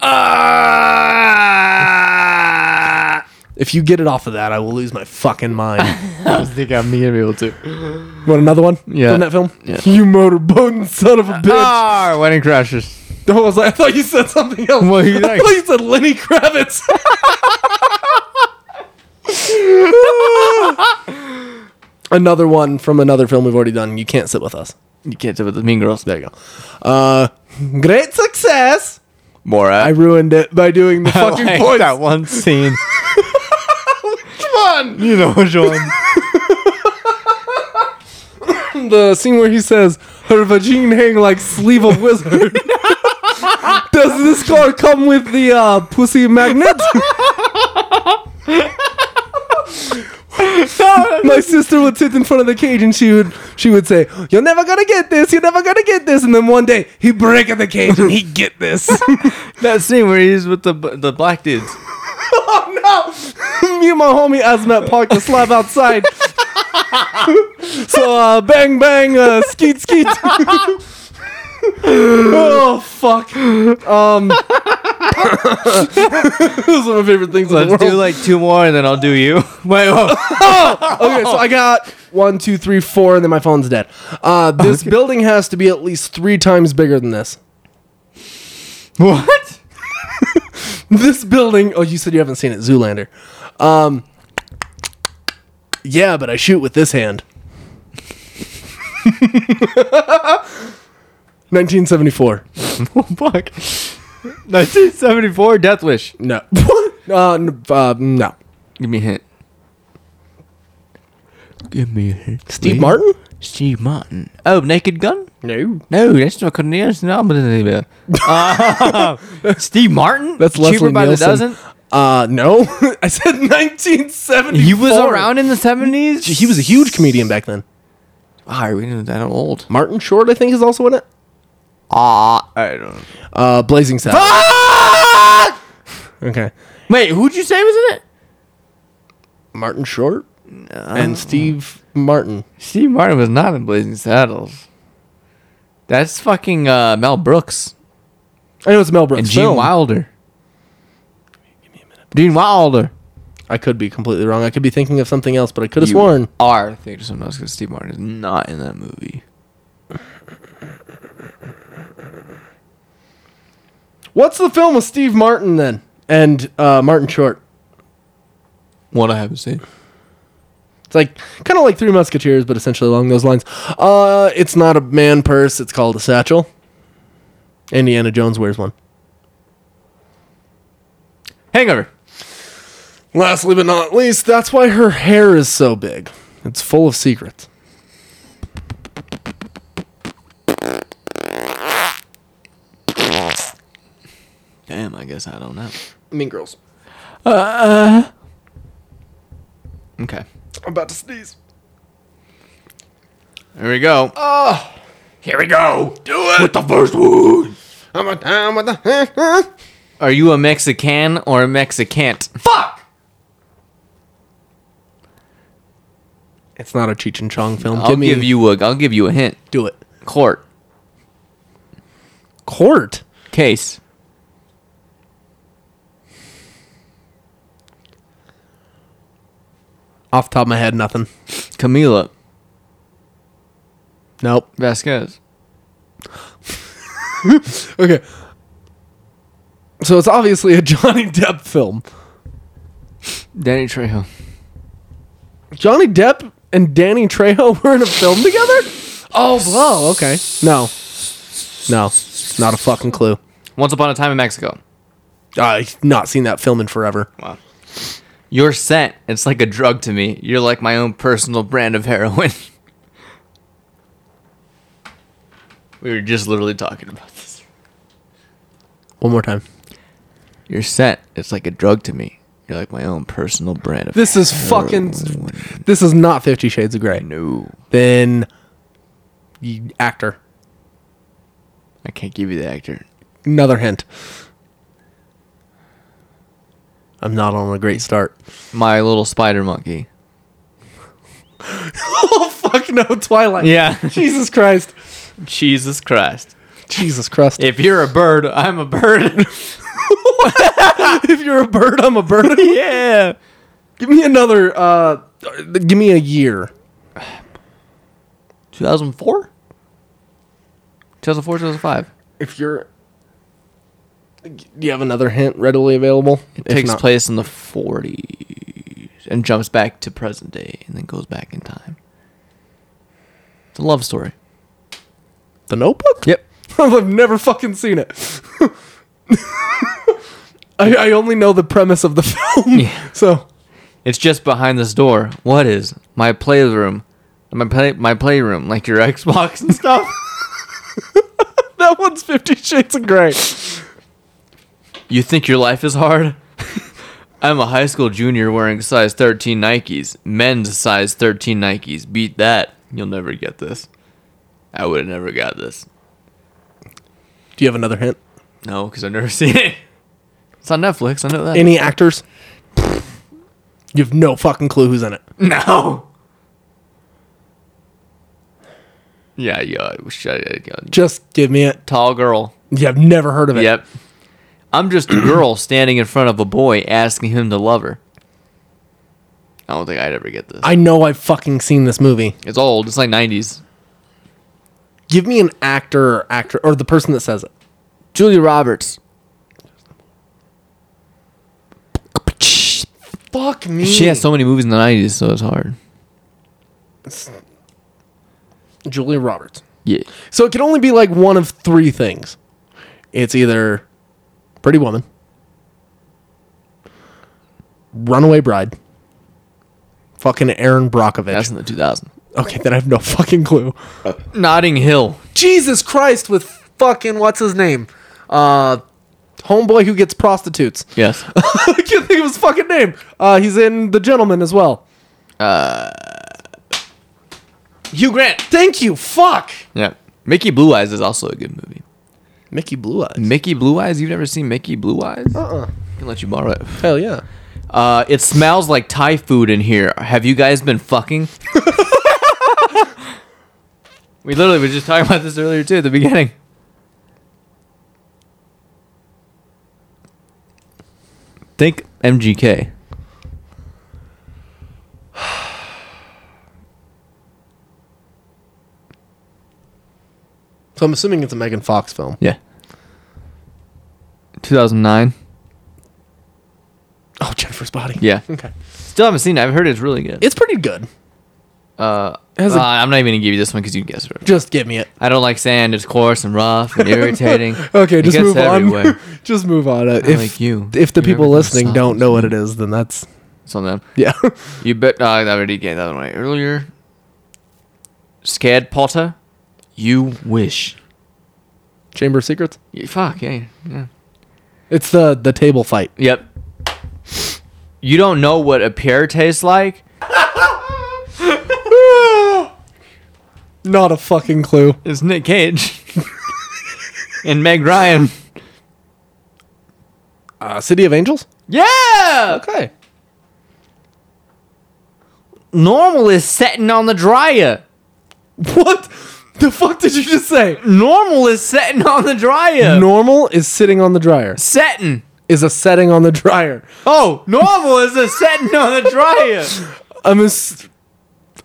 Speaker 2: Ah!
Speaker 3: If you get it off of that, I will lose my fucking mind.
Speaker 2: I was thinking I'm gonna be able to.
Speaker 3: You want another one?
Speaker 2: Yeah.
Speaker 3: From that film? You motorboating son of a bitch.
Speaker 2: Ah, Wedding Crashers.
Speaker 3: I was like, I thought you said something else.
Speaker 2: What do you
Speaker 3: I
Speaker 2: think?
Speaker 3: thought you said Lenny Kravitz. another one from another film we've already done. You can't sit with us.
Speaker 2: You can't tell with the Mean Girls. There you go.
Speaker 3: Uh, Great success.
Speaker 2: More. eh?
Speaker 3: I ruined it by doing the fucking
Speaker 2: like
Speaker 3: points.
Speaker 2: that one scene.
Speaker 3: one.
Speaker 2: you know which one?
Speaker 3: The scene where he says, her vagine hang like sleeve of wizard. Does this car come with the uh, pussy magnet? My sister would sit in front of the cage and she would she would say, "You're never gonna get this. You're never gonna get this." And then one day he break in the cage and he get this.
Speaker 2: that scene where he's with the the black dudes.
Speaker 3: oh no! Me and my homie Azmat parked the slab outside. so uh, bang bang, uh, skeet skeet. oh fuck! Um, those are my favorite things. in the
Speaker 2: Let's do
Speaker 3: world.
Speaker 2: like two more and then I'll do you. Wait, whoa.
Speaker 3: okay, so I got one, two, three, four, and then my phone's dead. Uh, this building has to be at least three times bigger than this.
Speaker 2: what?
Speaker 3: This building. Oh, you said you haven't seen it, Zoolander. Um, yeah, but I shoot with this hand. 1974.
Speaker 2: Fuck. 1974 Death Wish.
Speaker 3: No. uh, n- uh, no.
Speaker 2: Give me a hint. Give me a hint.
Speaker 3: Steve Martin?
Speaker 2: Steve Martin. Oh, Naked Gun?
Speaker 3: No.
Speaker 2: No, that's not Cornelius. No, but uh, Steve Martin.
Speaker 3: That's Leslie
Speaker 2: Cheaper by
Speaker 3: Nielsen.
Speaker 2: the dozen.
Speaker 3: Uh, no. I said 1974.
Speaker 2: He was around in the seventies.
Speaker 3: He was a huge comedian back then.
Speaker 2: Why are Ah, we doing that old?
Speaker 3: Martin Short, I think, is also in it.
Speaker 2: Ah, I don't. Ah!
Speaker 3: Uh, Blazing Saddles. Okay.
Speaker 2: Wait, who'd you say was in it?
Speaker 3: Martin Short and Steve Martin.
Speaker 2: Steve Martin was not in Blazing Saddles. That's fucking uh, Mel Brooks
Speaker 3: I know it's Mel Brooks.
Speaker 2: and Gene
Speaker 3: film.
Speaker 2: Wilder. Gene Wilder.
Speaker 3: I could be completely wrong. I could be thinking of something else, but I could have sworn.
Speaker 2: are thinking of something else because Steve Martin is not in that movie.
Speaker 3: What's the film with Steve Martin then? And uh, Martin Short.
Speaker 2: One I haven't seen.
Speaker 3: It's like kind of like Three Musketeers, but essentially along those lines. Uh, it's not a man purse. It's called a satchel. Indiana Jones wears one.
Speaker 2: Hangover.
Speaker 3: Lastly but not least, that's why her hair is so big. It's full of secrets.
Speaker 2: Damn, I guess I don't know.
Speaker 3: Mean Girls.
Speaker 2: Okay.
Speaker 3: I'm about to sneeze.
Speaker 2: Here we go.
Speaker 4: Here we go. Do it. With the first
Speaker 3: I'm a time with the.
Speaker 2: Are you a Mexican or a Mexicant?
Speaker 3: Fuck! It's not a Cheech and Chong film.
Speaker 2: I'll
Speaker 3: give me,
Speaker 2: give you a. I'll give you a hint.
Speaker 3: do it.
Speaker 2: Court
Speaker 3: Court.
Speaker 2: case.
Speaker 3: Off the top of my head, nothing.
Speaker 2: Camila
Speaker 3: Nope.
Speaker 2: Vasquez.
Speaker 3: Okay. So it's obviously a Johnny Depp film.
Speaker 2: Danny Trejo.
Speaker 3: Johnny Depp and Danny Trejo were in a film together? Oh, blow. Okay. No. No. Not a fucking clue.
Speaker 2: Once upon a time in Mexico.
Speaker 3: I've not seen that film in forever.
Speaker 2: Your scent. It's like a drug to me. You're like my own personal brand of heroin. we were just literally talking about this.
Speaker 3: One more time.
Speaker 2: Your scent. It's like a drug to me. You're like my own personal brand of
Speaker 3: This is fucking. This is not Fifty Shades of Grey.
Speaker 2: No.
Speaker 3: Then. you- Actor.
Speaker 2: I can't give you the actor.
Speaker 3: Another hint. I'm not on a great start.
Speaker 2: My little spider monkey.
Speaker 3: Oh, fuck no, Twilight.
Speaker 2: Yeah.
Speaker 3: Jesus Christ.
Speaker 2: Jesus Christ.
Speaker 3: Jesus Christ.
Speaker 2: If you're a bird, I'm a bird.
Speaker 3: if you're a bird, I'm a bird.
Speaker 2: yeah.
Speaker 3: give me another. Uh, give me a year.
Speaker 2: 2004? 2004, 2005.
Speaker 3: If you're, do you have another hint readily available? It
Speaker 2: takes place in the 40s and jumps back to present day and then goes back in time. It's a love story.
Speaker 3: The Notebook.
Speaker 2: Yep.
Speaker 3: I've never fucking seen it. I, I only know the premise of the film. So
Speaker 2: It's just behind this door. What is my playroom? My play, my playroom, like your Xbox and stuff.
Speaker 3: that one's Fifty Shades of Grey.
Speaker 2: you think your life is hard? I'm a high school junior wearing size 13 Nikes, men's size 13 Nikes. Beat that. You'll never get this. I would have never got this.
Speaker 3: Do you have another hint?
Speaker 2: No, because I've never seen it. It's on Netflix. I know that.
Speaker 3: Any actors? You have no fucking clue who's in it.
Speaker 2: no. Yeah, yeah. I wish I- I- I-
Speaker 3: Just give me it.
Speaker 2: Tall girl.
Speaker 3: You have never heard of it.
Speaker 2: Yep. I'm just a girl standing in front of a boy asking him to love her. I don't think I'd ever get this.
Speaker 3: I know I've fucking seen this movie.
Speaker 2: it's old. It's like 90s.
Speaker 3: Give me an actor or actor or the person that says it.
Speaker 2: Julia Roberts.
Speaker 3: Fuck me.
Speaker 2: She has so many movies in the 90s, so it's hard.
Speaker 3: Julia Roberts.
Speaker 2: Yeah.
Speaker 3: So it can only be like one of three things. It's either Pretty Woman, Runaway Bride, fucking Aaron Brockovich.
Speaker 2: That's in the 2000s.
Speaker 3: okay, then I have no fucking clue.
Speaker 2: Notting Hill.
Speaker 3: Jesus Christ with fucking what's his name? Uh homeboy who gets prostitutes.
Speaker 2: Yes.
Speaker 3: I can't think of his fucking name. Uh he's in The Gentleman as well.
Speaker 2: Hugh Grant.
Speaker 3: Thank you. Fuck.
Speaker 2: Yeah. Mickey Blue Eyes is also a good movie.
Speaker 3: Mickey Blue Eyes.
Speaker 2: Mickey Blue Eyes? You've never seen Mickey Blue Eyes? Uh-uh. I can let you borrow it.
Speaker 3: Hell yeah.
Speaker 2: Uh, it smells like Thai food in here. Have you guys been fucking? we literally were just talking about this earlier too at the beginning. Think MGK.
Speaker 3: So I'm assuming it's a Megan Fox film.
Speaker 2: Yeah. 2009.
Speaker 3: Oh, Jennifer's Body.
Speaker 2: Yeah.
Speaker 3: Okay.
Speaker 2: Still haven't seen it. I've heard it's really good.
Speaker 3: It's pretty good.
Speaker 2: Uh,
Speaker 3: Has a-
Speaker 2: uh, I'm not even gonna give you this one because you guessed it.
Speaker 3: Just give me it.
Speaker 2: I don't like sand. It's coarse and rough and irritating.
Speaker 3: Okay,
Speaker 2: It
Speaker 3: just
Speaker 2: gets
Speaker 3: move on.
Speaker 2: everywhere.
Speaker 3: just move on. Uh, if
Speaker 2: like you.
Speaker 3: if the
Speaker 2: You're
Speaker 3: people
Speaker 2: everything
Speaker 3: listening
Speaker 2: soft
Speaker 3: don't
Speaker 2: and
Speaker 3: know what it is, then that's
Speaker 2: It's on them.
Speaker 3: yeah.
Speaker 2: You bet. Uh, I already gave that one away earlier. Scared Potter, you wish.
Speaker 3: Chamber of Secrets.
Speaker 2: Yeah, fuck yeah, yeah.
Speaker 3: It's the the table fight.
Speaker 2: Yep. You don't know what a pear tastes like.
Speaker 3: Not a fucking clue.
Speaker 2: It's Nick Cage and Meg Ryan.
Speaker 3: Uh, City of Angels.
Speaker 2: Yeah.
Speaker 3: Okay.
Speaker 2: Normal is setting on the dryer.
Speaker 3: What the fuck did you just say?
Speaker 2: Normal is setting on the dryer.
Speaker 3: Normal is sitting on the dryer.
Speaker 2: setting.
Speaker 3: Is a setting on the dryer.
Speaker 2: Oh, normal is a setting on the dryer.
Speaker 3: I'm ass-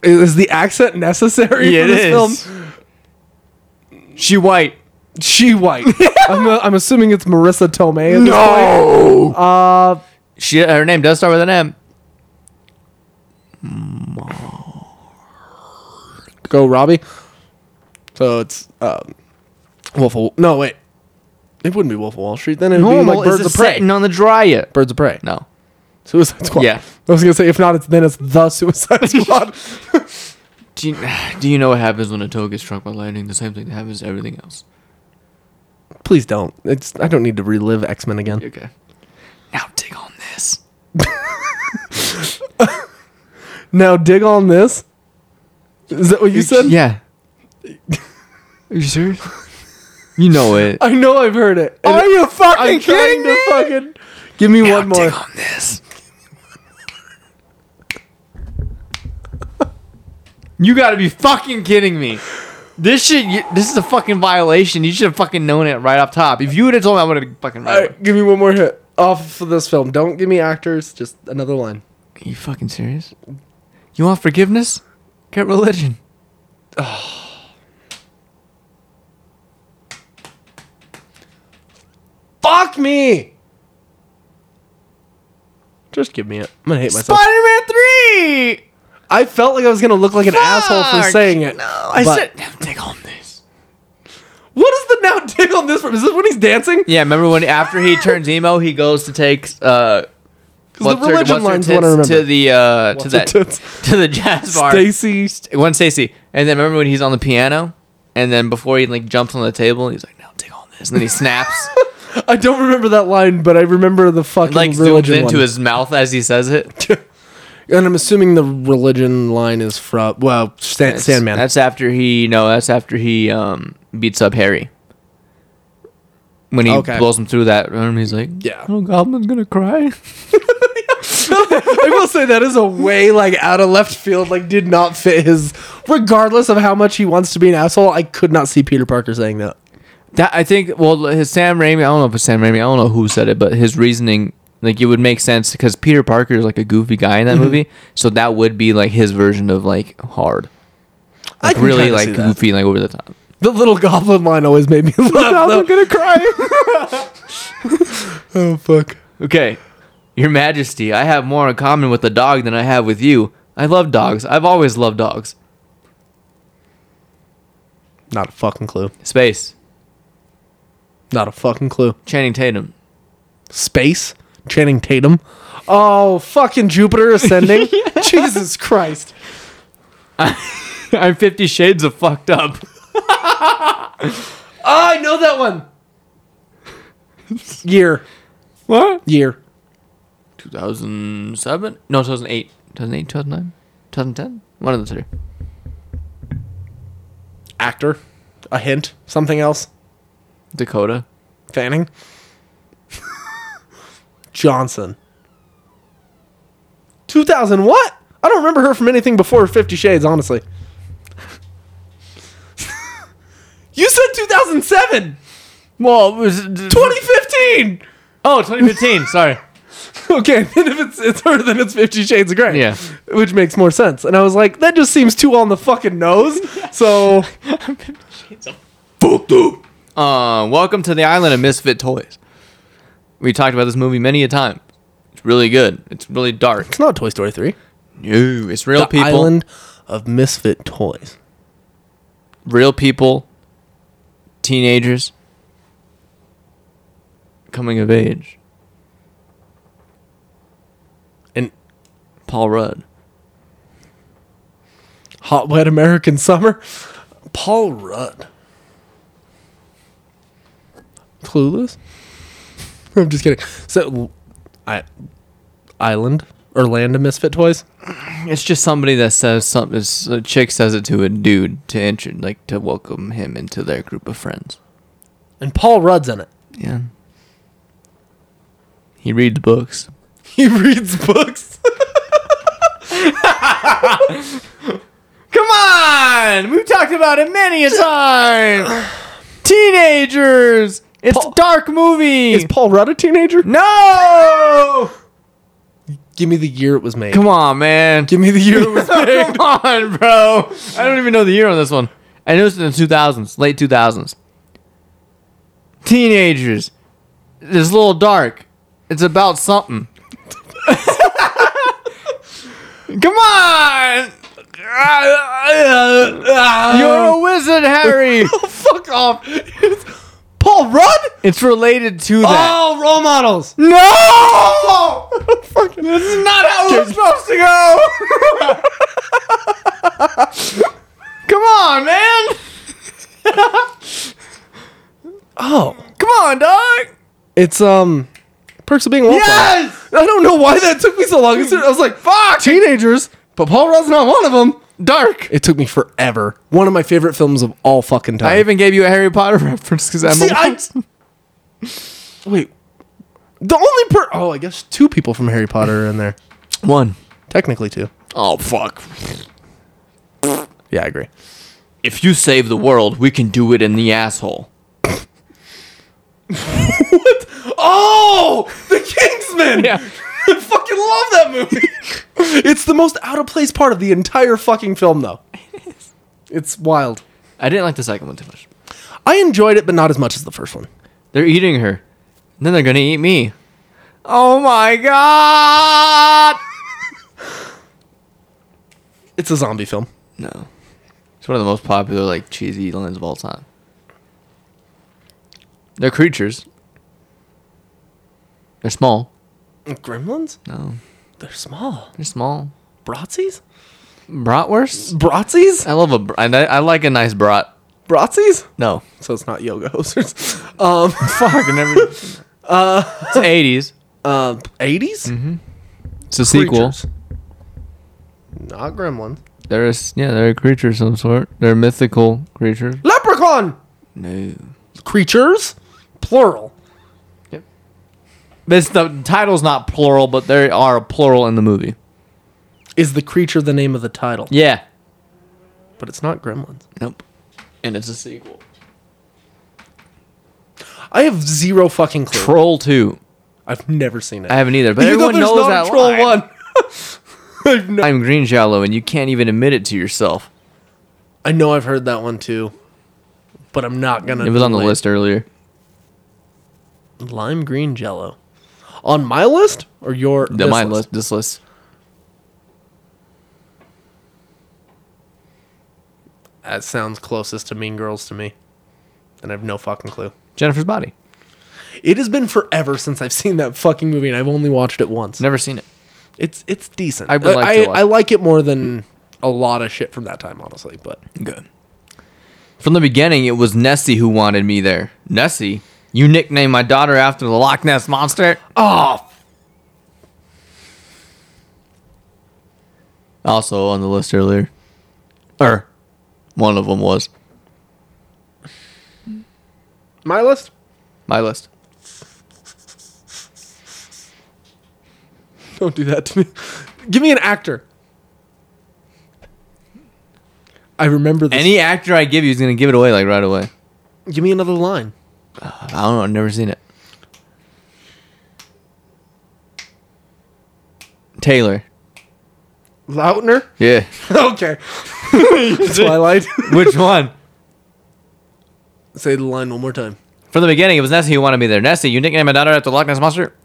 Speaker 3: is the accent necessary
Speaker 2: Yeah,
Speaker 3: for
Speaker 2: it
Speaker 3: this film?
Speaker 2: is. She white.
Speaker 3: She white. I'm, uh, I'm assuming it's Marissa Tomei. At This point. Uh,
Speaker 2: She her name does start with an M.
Speaker 3: Go Robbie. So it's um, Wolf of No wait, it wouldn't be Wolf of Wall Street. Then it'd be
Speaker 2: Normal
Speaker 3: like Birds
Speaker 2: is a
Speaker 3: of Prey.
Speaker 2: setting on the dryer.
Speaker 3: Birds of Prey.
Speaker 2: No.
Speaker 3: Suicide Squad.
Speaker 2: Yeah.
Speaker 3: I was gonna say if not, it's then it's the Suicide Squad.
Speaker 2: Do you, do you know what happens when a toad gets struck by lightning? The same thing that happens to everything else.
Speaker 3: Please don't. It's I don't need to relive X Men again.
Speaker 2: Okay. Now dig on this.
Speaker 3: Now dig on this. Is that what you said?
Speaker 2: Yeah. Are you serious? You know it.
Speaker 3: I know I've heard it. Are you fucking I'm
Speaker 2: kidding
Speaker 3: trying To fucking give me one more.
Speaker 2: on this. You gotta be fucking kidding me. This shit, you- this is a fucking violation. You should have fucking known it right off top. If you would have told me, I would have fucking.
Speaker 3: All right, give me one more hit off of this film. Don't give me actors. Just another line.
Speaker 2: Are you fucking serious? You want forgiveness? Get religion.
Speaker 3: Fuck me. Just give me it. I'm gonna hate myself.
Speaker 2: Spider Man 3!
Speaker 3: I felt like I was gonna look like an asshole for
Speaker 2: Fuck.
Speaker 3: saying it.
Speaker 2: No, I
Speaker 3: but-
Speaker 2: said, now take home this.
Speaker 3: What is the now dig on this from? Is this when he's dancing?
Speaker 2: Yeah, remember when after he turns emo, he goes to take uh,
Speaker 3: the religion line's what I
Speaker 2: tits
Speaker 3: remember.
Speaker 2: to the uh, to
Speaker 3: What's
Speaker 2: that
Speaker 3: her tits?
Speaker 2: to the jazz bar.
Speaker 3: Stacy.
Speaker 2: One Stacy, and then remember when he's on the piano, and then before he like jumps on the table, he's like, "Now take all this," and then he snaps,
Speaker 3: I don't remember that line, but I remember the fucking
Speaker 2: and, like zooms
Speaker 3: religion
Speaker 2: into
Speaker 3: one.
Speaker 2: his mouth as he says it.
Speaker 3: and I'm assuming the religion line is from well, Stan- Sandman.
Speaker 2: That's after he no, that's after he um beats up Harry. When he
Speaker 3: Okay.
Speaker 2: blows him through that room, he's like,
Speaker 3: Yeah.
Speaker 2: oh, Goblin's gonna cry."
Speaker 3: I will say that is a way like out of left field. Like, did not fit his. Regardless of how much he wants to be an asshole, I could not see Peter Parker saying that.
Speaker 2: That I think. Well, his Sam Raimi. I don't know if it's Sam Raimi. I don't know who said it, but his reasoning, like, it would make sense because Peter Parker is like a goofy guy in that
Speaker 3: Mm-hmm.
Speaker 2: movie, so that would be like his version of like hard,
Speaker 3: I
Speaker 2: like
Speaker 3: can
Speaker 2: really
Speaker 3: kinda
Speaker 2: like
Speaker 3: see that.
Speaker 2: goofy, like over the top.
Speaker 3: The little goblin line always made me laugh. though.
Speaker 2: gonna cry.
Speaker 3: Oh fuck.
Speaker 2: okay, Your Majesty, I have more in common with a dog than I have with you. I love dogs. I've always loved dogs.
Speaker 3: Not a fucking clue.
Speaker 2: Space.
Speaker 3: Not a fucking clue.
Speaker 2: Channing Tatum.
Speaker 3: Space. Channing Tatum. Oh, fucking Jupiter ascending. Jesus Christ.
Speaker 2: I'm Fifty Shades of fucked up.
Speaker 3: Oh, I know that one. Year.
Speaker 2: What?
Speaker 3: Year.
Speaker 2: 2007? No, 2008. 2008, 2009, 2010. One of the three.
Speaker 3: Actor. A hint. Something else.
Speaker 2: Dakota.
Speaker 3: Fanning. Johnson. 2000 what? I don't remember her from anything before 50 Shades, honestly. you said 2007.
Speaker 2: Well, it was
Speaker 3: 2015.
Speaker 2: Oh, 2015. sorry.
Speaker 3: Okay, then if it's it's her, then it's Fifty Shades of Grey.
Speaker 2: Yeah.
Speaker 3: which makes more sense. And I was like, that just seems too on the fucking nose. So
Speaker 2: Uh, welcome to the island of misfit toys. We talked about this movie many a time. It's really good. It's really dark.
Speaker 3: it's not Toy Story three.
Speaker 2: No, it's real
Speaker 3: The
Speaker 2: people.
Speaker 3: Island of Misfit Toys.
Speaker 2: Real people. Teenagers. Coming of age.
Speaker 3: And
Speaker 2: Paul Rudd.
Speaker 3: Hot Wet American Summer. Paul Rudd. Clueless. I'm just kidding. So, I Island or Land of Misfit Toys.
Speaker 2: It's just somebody that says something. A chick says it to a dude to enter, like to welcome him into their group of friends.
Speaker 3: And Paul Rudd's in it.
Speaker 2: Yeah. He reads books.
Speaker 3: He reads books.
Speaker 2: Come on! We've talked about it many a time! Teenagers! It's
Speaker 3: Paul-
Speaker 2: a dark movie!
Speaker 3: Is Paul Rudd a teenager?
Speaker 2: no!
Speaker 3: Give me the year it was made.
Speaker 2: Come on, man.
Speaker 3: Give me the year it was made.
Speaker 2: Come on, bro. I don't even know the year on this one. I know it's in the 2000s, late 2000s. Teenagers. It's a little dark. It's about something. Come on! You're a wizard, Harry.
Speaker 3: Um, Fuck off. It's Paul Rudd?
Speaker 2: it's related to that.
Speaker 3: Oh, role models.
Speaker 2: No! this is not how we're supposed to go. Come on, man.
Speaker 3: Oh.
Speaker 2: Come on, dog.
Speaker 3: It's um Perks of Being a Wallflower. I don't know why that took me so long. I was like, fuck teenagers, but Paul Rudd's not one of them.
Speaker 2: Dark.
Speaker 3: It took me forever. One of my favorite films of all fucking time.
Speaker 2: I even gave you a Harry Potter reference because I'm.
Speaker 3: See, I- wait. The only per oh, I guess two people from Harry Potter are in there.
Speaker 2: one.
Speaker 3: Technically two.
Speaker 2: Oh fuck.
Speaker 3: Yeah, I agree.
Speaker 2: If you save the world, we can do it in the asshole.
Speaker 3: Oh, The Kingsman.
Speaker 2: Yeah.
Speaker 3: I fucking love that movie. it's the most out of place part of the entire fucking film, though. It's wild.
Speaker 2: I didn't like the second one too much.
Speaker 3: I enjoyed it, but not as much as the first one.
Speaker 2: They're eating her. And then they're gonna eat me. Oh my god!
Speaker 3: It's a zombie film.
Speaker 2: No. It's one of the most popular, like, cheesy lines of all time. They're creatures. They're small.
Speaker 3: Gremlins?
Speaker 2: No.
Speaker 3: They're small.
Speaker 2: They're small.
Speaker 3: Bratzies?
Speaker 2: Bratwurst?
Speaker 3: Bratzies?
Speaker 2: I love a. br- I, I like a nice brat.
Speaker 3: Bratzies?
Speaker 2: No.
Speaker 3: So it's not yoga hosters. Um,
Speaker 2: Fuck, I never. it's 80s.
Speaker 3: uh, 80s?
Speaker 2: It's a sequel.
Speaker 3: Creatures. Not Gremlins.
Speaker 2: They're a s yeah, they're a creature of some sort. They're a mythical creature.
Speaker 3: Leprechaun!
Speaker 2: No.
Speaker 3: Creatures? Plural.
Speaker 2: This, the title's not plural, but they are a plural in the movie.
Speaker 3: Is the creature the name of the title?
Speaker 2: Yeah.
Speaker 3: But it's not Gremlins.
Speaker 2: Nope. And it's a sequel.
Speaker 3: I have zero fucking clue.
Speaker 2: Troll 2.
Speaker 3: I've never seen it.
Speaker 2: I haven't either, but everyone knows that
Speaker 3: Troll
Speaker 2: line.
Speaker 3: One. I've no-
Speaker 2: I'm green shallow, and you can't even admit it to yourself.
Speaker 3: I know I've heard that one too, but I'm not gonna.
Speaker 2: It was on the
Speaker 3: delay.
Speaker 2: list earlier.
Speaker 3: Lime green Jello. On my list or your?
Speaker 2: The
Speaker 3: this
Speaker 2: my list. This list.
Speaker 3: That sounds closest to Mean Girls to me, and I have no fucking clue.
Speaker 2: Jennifer's Body.
Speaker 3: It has been forever since I've seen that fucking movie, and I've only watched it once.
Speaker 2: Never seen it.
Speaker 3: It's it's decent. Uh,
Speaker 2: I would like
Speaker 3: I,
Speaker 2: to watch
Speaker 3: I
Speaker 2: it.
Speaker 3: like it more than a lot of shit from that time, honestly. But
Speaker 2: Good. From the beginning, it was Nessie who wanted me there. Nessie, you nicknamed my daughter after the Loch Ness monster.
Speaker 3: oh,
Speaker 2: Also on the list earlier. Or one of them was
Speaker 3: my list.
Speaker 2: my list.
Speaker 3: Don't do that to me. Give me an actor. I remember this.
Speaker 2: Any actor I give you is gonna give it away like right away.
Speaker 3: Give me another line.
Speaker 2: I don't know. I've never seen it. Taylor.
Speaker 3: Lautner?
Speaker 2: Yeah.
Speaker 3: Okay. Twilight.
Speaker 2: Which one?
Speaker 3: Say the line one more time.
Speaker 2: From the beginning, it was Nessie who wanted me there. Nessie, you nicknamed my daughter after the Loch Ness monster.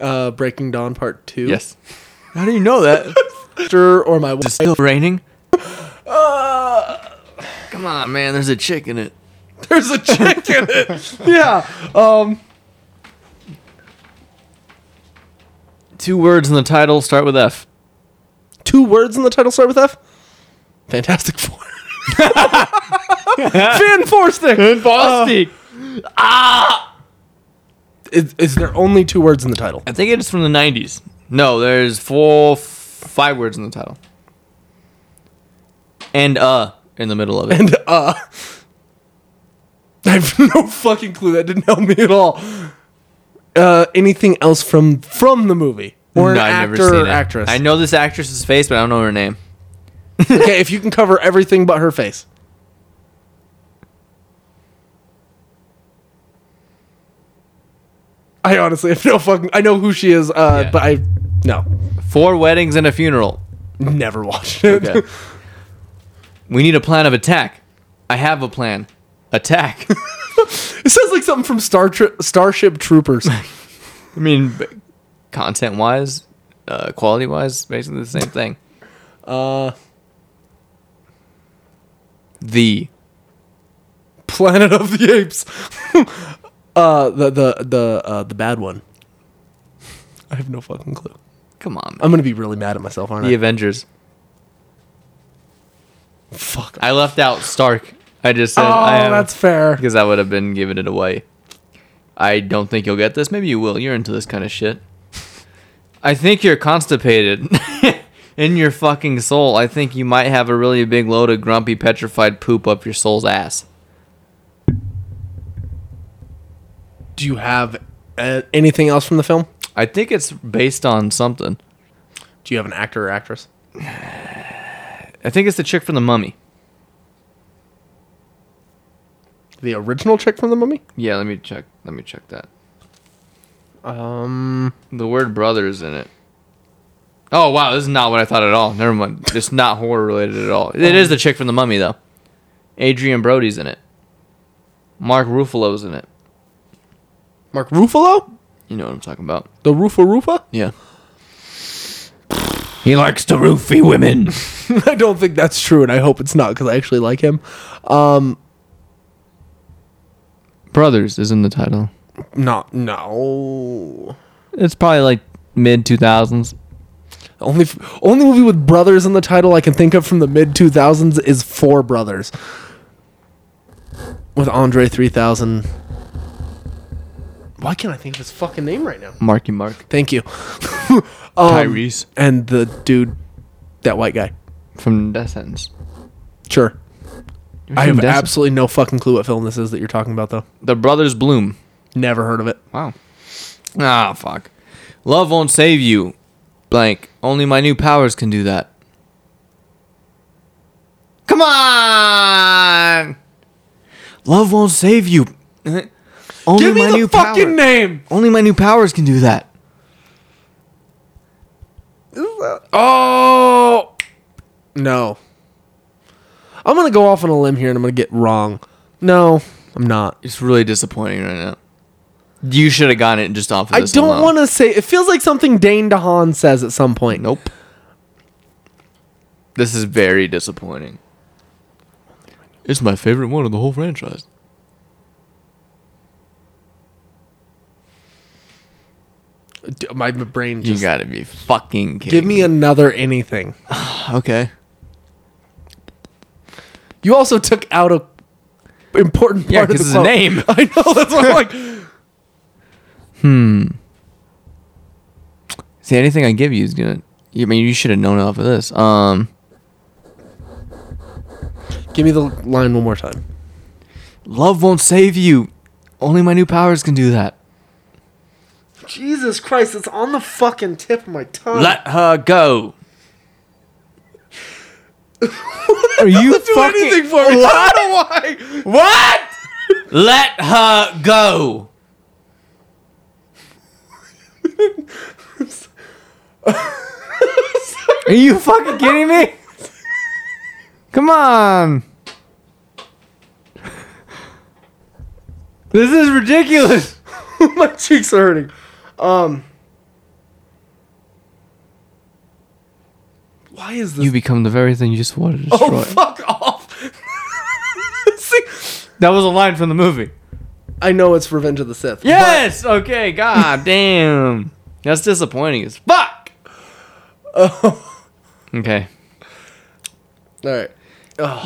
Speaker 3: Uh, Breaking Dawn Part 2.
Speaker 2: How do you know that?
Speaker 3: Actor or my
Speaker 2: Is it
Speaker 3: wife.
Speaker 2: still raining? Ah! Come on, man. There's a chick in it.
Speaker 3: There's a chick in it. Yeah. Um,
Speaker 2: Two words in the title start with F.
Speaker 3: two words in the title start with F? Fantastic Four. Fan Forstick.
Speaker 2: Bostic.
Speaker 3: Is, is there only two words in the title?
Speaker 2: I think it's from the 90s. No, there's four, f- five words in the title. And uh in the middle of it.
Speaker 3: And, uh, I have no fucking clue. That didn't help me at all. Uh, anything else from from the movie or an
Speaker 2: No, I've
Speaker 3: actor or actress?
Speaker 2: I know this actress's face, but I don't know her name.
Speaker 3: okay, if you can cover everything but her face. I honestly have no fucking. I know who she is, uh,
Speaker 2: Yeah.
Speaker 3: but I no,
Speaker 2: Four weddings and a funeral.
Speaker 3: never watched it.
Speaker 2: Okay. we need a plan of attack. I have a plan. Attack.
Speaker 3: it sounds like something from Star Tri- Starship Troopers.
Speaker 2: I mean, content wise, uh, quality wise, basically the same thing. Uh, the
Speaker 3: Planet of the Apes. uh, the the the uh, the bad one. I have no fucking clue.
Speaker 2: come on, man.
Speaker 3: I'm gonna be really mad at myself, aren't
Speaker 2: the
Speaker 3: I?
Speaker 2: Avengers.
Speaker 3: Fuck.
Speaker 2: I left out Stark. I just said
Speaker 3: oh,
Speaker 2: I am,
Speaker 3: that's fair.
Speaker 2: because I would have been giving it away. I don't think you'll get this. Maybe you will. You're into this kind of shit. I think you're constipated. In your fucking soul, I think you might have a really big load of grumpy, petrified poop up your soul's ass.
Speaker 3: Do you have uh, anything else from the film?
Speaker 2: I think it's based on something.
Speaker 3: Do you have an actor or actress?
Speaker 2: I think it's the chick from the Mummy.
Speaker 3: The original chick from the mummy?
Speaker 2: Yeah, let me check. Let me check that. Um, the word "brother" is in it. Oh wow, this is not what I thought at all. Never mind. It's not horror related at all. It is the chick from the Mummy though. Adrian Brody's in it. Mark Ruffalo's in it.
Speaker 3: Mark Ruffalo?
Speaker 2: You know what I'm talking about?
Speaker 3: The Rufa Rufa?
Speaker 2: Yeah.
Speaker 4: He likes to roofie women.
Speaker 3: I don't think that's true, and I hope it's not because I actually like him.
Speaker 2: Brothers is in the title.
Speaker 3: No, no.
Speaker 2: It's probably like mid 2000s.
Speaker 3: Only f- only movie with brothers in the title I can think of from the mid two thousands is Four Brothers, with Andre three thousand. Why can't I think of his fucking name right now?
Speaker 2: Marky Mark.
Speaker 3: Thank you. Um,
Speaker 2: Tyrese
Speaker 3: And the dude, that white guy.
Speaker 2: from Death Sentence.
Speaker 3: Sure. I
Speaker 2: seen
Speaker 3: have
Speaker 2: Death-
Speaker 3: absolutely no fucking clue what film this is that you're talking about, though.
Speaker 2: The Brothers Bloom.
Speaker 3: Never heard of it.
Speaker 2: Wow. Ah, fuck. Love won't save you. Blank. Only my new powers can do that. Come on! Love won't save you. Only
Speaker 3: Give me
Speaker 2: my new
Speaker 3: the fucking
Speaker 2: power-
Speaker 3: name.
Speaker 2: Only my new powers can do that.
Speaker 3: Oh no. I'm gonna go off on a limb here and I'm gonna get wrong. No, I'm not.
Speaker 2: It's really disappointing right now. You should have gotten it just off of
Speaker 3: I
Speaker 2: this
Speaker 3: don't
Speaker 2: alone.
Speaker 3: want to say. It feels like something Dane DeHaan says at some point.
Speaker 2: Nope. This is very disappointing. It's my favorite one of the whole franchise.
Speaker 3: D- my b- brain
Speaker 2: You
Speaker 3: just.
Speaker 2: gotta be fucking kidding
Speaker 3: give me another anything.
Speaker 2: Okay.
Speaker 3: You also took out a important part
Speaker 2: Yeah,
Speaker 3: of the
Speaker 2: 'cause it's a
Speaker 3: quote.
Speaker 2: name.
Speaker 3: I know. That's what I'm like.
Speaker 2: See, anything I give you is gonna. I mean, you should have known off of this. Um,
Speaker 3: Give me the line one more time.
Speaker 2: love won't save you. Only my new powers can do that.
Speaker 3: Jesus Christ! It's on the fucking tip of my tongue.
Speaker 2: Let her go. Are you
Speaker 3: do
Speaker 2: fucking?
Speaker 3: anything for me.
Speaker 2: Why? What? Let her go. Are you fucking kidding me? Come on. This is ridiculous.
Speaker 3: my cheeks are hurting. Um. Why is this?
Speaker 2: You become the very thing you swore to destroy.
Speaker 3: oh, fuck off! See,
Speaker 2: That was a line from the movie.
Speaker 3: I know it's Revenge of the Sith.
Speaker 2: Yes. okay. God damn. That's disappointing as fuck. Okay.
Speaker 3: All right.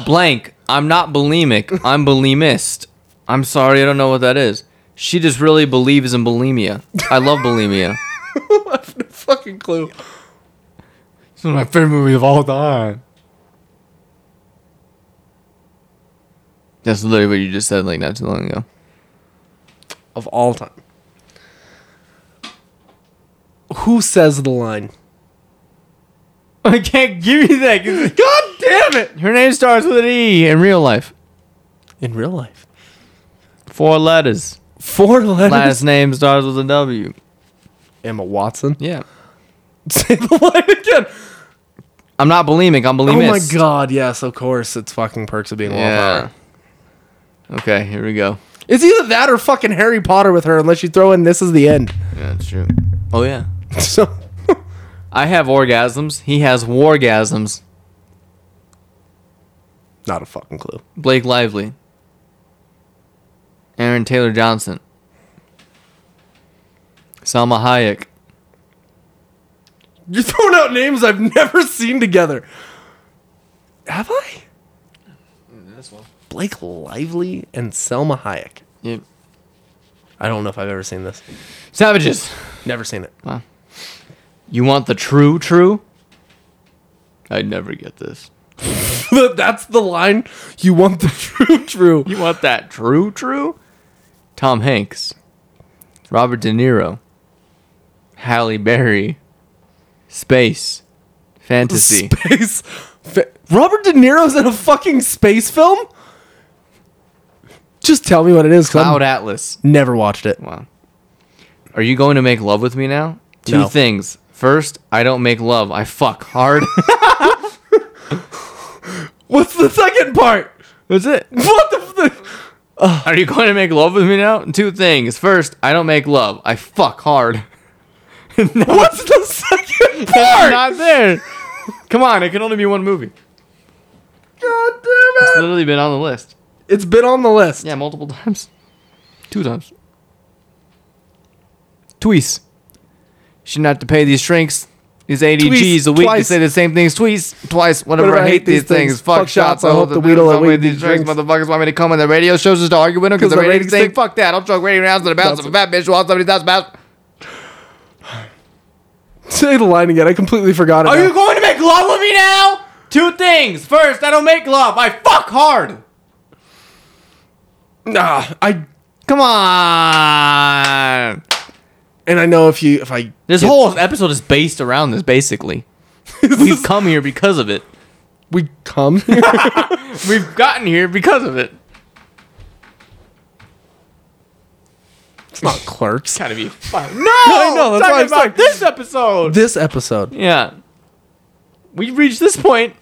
Speaker 2: Blank. I'm not bulimic. I'm bulimist. I'm sorry. I don't know what that is. She just really believes in bulimia. I love bulimia.
Speaker 3: Fucking clue.
Speaker 2: It's one of my favorite movies of all time. That's literally what you just said like not too long ago.
Speaker 3: Of all time. Who says the line?
Speaker 2: I can't give you that. God damn it! Her name starts with an E in real life.
Speaker 3: In real life.
Speaker 2: Four letters.
Speaker 3: Four letters.
Speaker 2: Last name starts with a W.
Speaker 3: Emma Watson.
Speaker 2: Yeah.
Speaker 3: Say the line again.
Speaker 2: I'm not bulimic. I'm
Speaker 3: Oh
Speaker 2: bulimic.
Speaker 3: my god, yes, of course. It's fucking perks of being a
Speaker 2: Yeah.
Speaker 3: wallflower.
Speaker 2: Okay, here we go.
Speaker 3: It's either that or fucking Harry Potter with her, unless you throw in this is the end.
Speaker 2: Yeah, that's true. Oh yeah.
Speaker 3: So
Speaker 2: I have orgasms. He has wargasms.
Speaker 3: not a fucking clue.
Speaker 2: Blake Lively. Aaron Taylor Johnson. Salma Hayek.
Speaker 3: You're throwing out names I've never seen together. Have I? This one. Blake Lively and Selma Hayek.
Speaker 2: Yep.
Speaker 3: I don't know if I've ever seen this.
Speaker 2: Savages.
Speaker 3: Never seen it.
Speaker 2: You want the true true? I'd never get this.
Speaker 3: That's the line. You want the true, true.
Speaker 2: You want that true true? Tom Hanks. Robert De Niro. Halle Berry. Space. Fantasy.
Speaker 3: Space. Fa- Robert De Niro's in a fucking space film? Just tell me what it is. 'cause
Speaker 2: Cloud
Speaker 3: I've
Speaker 2: Atlas.
Speaker 3: never watched it.
Speaker 2: Wow. Are you going to make love with me now? Two
Speaker 3: No.
Speaker 2: things. First, I don't make love. I fuck hard.
Speaker 3: What's the second part?
Speaker 2: That's it.
Speaker 3: What the? F-
Speaker 2: Are you going to make love with me now? Two things. First, I don't make love. I fuck hard.
Speaker 3: what's the second
Speaker 2: It's
Speaker 3: part?
Speaker 2: not there. Come on, it can only be one movie.
Speaker 3: God damn
Speaker 2: It's
Speaker 3: it!
Speaker 2: literally been on the list.
Speaker 3: It's been on the list.
Speaker 2: Yeah, multiple times. Two times. Twice. Should not to pay these shrinks. These 80
Speaker 3: Twice,
Speaker 2: G's a week
Speaker 3: twice.
Speaker 2: to say the same things twice, twice, whatever. I hate these things. Fuck shots. I hope the
Speaker 3: weedle
Speaker 2: weedle
Speaker 3: and
Speaker 2: away
Speaker 3: weed
Speaker 2: these
Speaker 3: these
Speaker 2: drinks.
Speaker 3: drinks.
Speaker 2: Motherfuckers want me to come on the radio shows just to argue with them because the ratings thing. Fuck that. I'll choke radio rounds to the bounce of a fat bitch who wants somebody that's bad.
Speaker 3: Say the line again. I completely forgot it.
Speaker 2: Are
Speaker 3: now.
Speaker 2: you going to make love with me now? Two things. First, I don't make love. I fuck hard.
Speaker 3: nah, I
Speaker 2: Come on.
Speaker 3: and I know if you if I
Speaker 2: This
Speaker 3: get-
Speaker 2: whole episode is based around this, basically. We've come here because of it.
Speaker 3: we come
Speaker 2: We've gotten here because of it.
Speaker 3: it's not clerks.
Speaker 2: Kind of you. Oh,
Speaker 3: I know that's why I'm
Speaker 2: about
Speaker 3: saying
Speaker 2: this episode.
Speaker 3: this episode.
Speaker 2: Yeah. We reached this point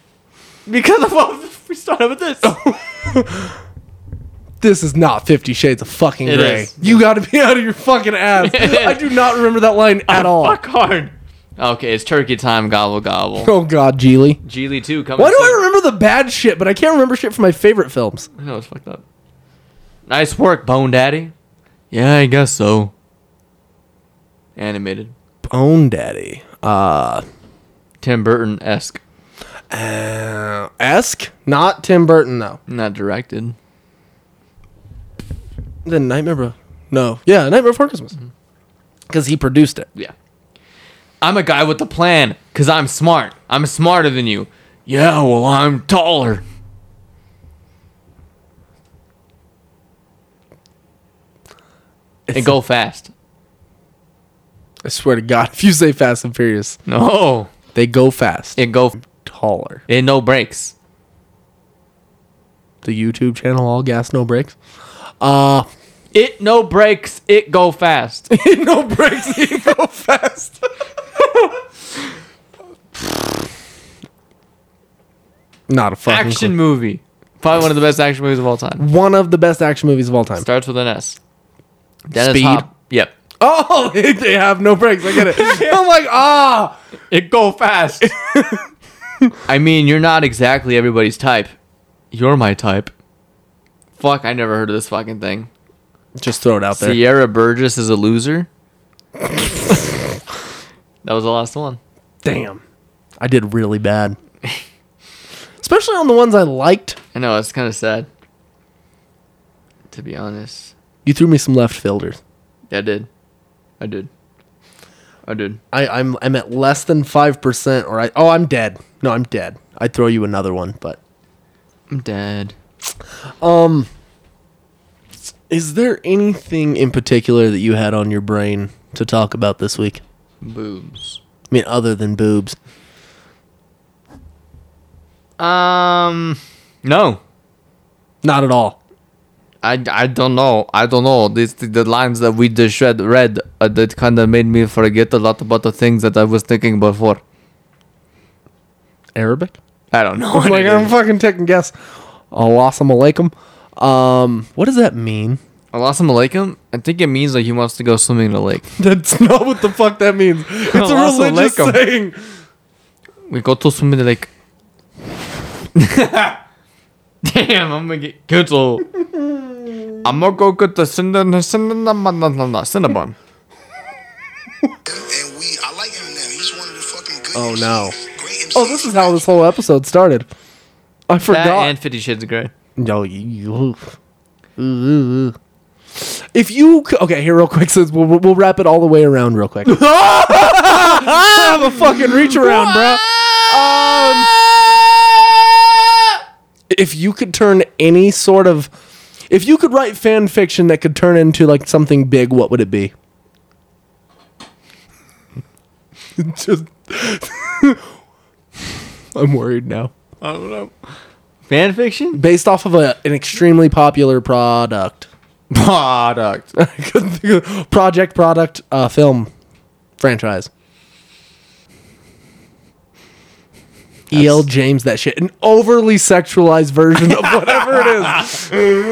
Speaker 2: because of what we started with this.
Speaker 3: This is not Fifty Shades of fucking
Speaker 2: It
Speaker 3: gray.
Speaker 2: is.
Speaker 3: You got to be out of your fucking ass. I do not remember that line at all.
Speaker 2: Fuck hard. Okay, it's turkey time. Gobble gobble.
Speaker 3: Oh God, Geely.
Speaker 2: Geely two coming.
Speaker 3: Why do
Speaker 2: soon.
Speaker 3: I remember the bad shit, but I can't remember shit from my favorite films?
Speaker 2: I know it's fucked up. Nice work, Bone Daddy. Yeah, I guess so. Animated.
Speaker 3: Bone Daddy.
Speaker 2: Tim Burton esque.
Speaker 3: Uh, Esque, not Tim Burton though.
Speaker 2: Not directed.
Speaker 3: The Nightmare. Bro- no, yeah, Nightmare Before Christmas, because he produced it.
Speaker 2: Yeah. I'm a guy with a plan, cause I'm smart. I'm smarter than you. Yeah, well, I'm taller. and go fast.
Speaker 3: I swear to God, if you say Fast and Furious,
Speaker 2: No,
Speaker 3: they go fast.
Speaker 2: and go
Speaker 3: taller.
Speaker 2: and no brakes.
Speaker 3: The YouTube channel, all gas, no brakes.
Speaker 2: It no brakes. It go fast.
Speaker 3: no brakes, you go fast. Not a fucking
Speaker 2: action
Speaker 3: clue.
Speaker 2: movie. Probably one of the best action movies of all time.
Speaker 3: One of the best action movies of all time.
Speaker 2: Starts with an S. Dennis
Speaker 3: Speed?
Speaker 2: Hop- Yep.
Speaker 3: Oh, they, they have no brakes. I get it. I'm like, ah,
Speaker 2: It go fast. I mean, you're not exactly everybody's type. You're my type. Fuck, I never heard of this fucking thing.
Speaker 3: just throw it out there.
Speaker 2: Sierra Burgess is a loser. that was the last one.
Speaker 3: Damn, I did really bad. Especially on the ones I liked.
Speaker 2: I know, it's kind of sad. To be honest.
Speaker 3: You threw me some left fielders.
Speaker 2: Yeah, I did. I did. I did.
Speaker 3: I, I'm I'm at less than five percent, or I oh I'm dead. No, I'm dead. I'd throw you another one, but
Speaker 2: I'm dead.
Speaker 3: Is there anything in particular that you had on your brain to talk about this week?
Speaker 2: Boobs.
Speaker 3: I mean, other than boobs.
Speaker 2: Um, no.
Speaker 3: Not at all.
Speaker 2: I, I don't know. I don't know. This the lines that we just read read uh, that kind of made me forget a lot about the things that I was thinking before.
Speaker 3: Arabic?
Speaker 2: I don't know. what
Speaker 3: like,
Speaker 2: it
Speaker 3: I'm
Speaker 2: is.
Speaker 3: fucking taking guess. Alasam alaikum. Um, what does that mean?
Speaker 2: Alasam alaikum. I think it means like he wants to go swimming in a lake.
Speaker 3: That's not what the fuck that means. It's a
Speaker 2: Alasam
Speaker 3: religious
Speaker 2: alaikum.
Speaker 3: saying.
Speaker 2: We go to swim in the lake. Damn, I'm gonna get canceled. I'm gonna go get the cinnamon, cinnamon, cinnamon.
Speaker 7: And we, I like Eminem. He's one of the fucking good.
Speaker 3: Oh,
Speaker 7: MCs.
Speaker 3: no.
Speaker 7: Great MCs.
Speaker 3: Oh, this is how this whole episode started. I
Speaker 2: That
Speaker 3: forgot.
Speaker 2: and Fifty Shades of Grey.
Speaker 3: No, you. you- oof. Ooh, ooh, ooh. If you c- okay here real quick, since we'll, we'll wrap it all the way around real quick. Have a fucking reach around, bro. Um, if you could turn any sort of, if you could write fan fiction that could turn into like something big, what would it be? Just I'm worried now.
Speaker 2: Fan fiction?
Speaker 3: Based off of a, an extremely popular product,
Speaker 2: Product.
Speaker 3: Couldn't think of- project, product, uh, film, franchise. El E James, that shit, an overly sexualized version of whatever it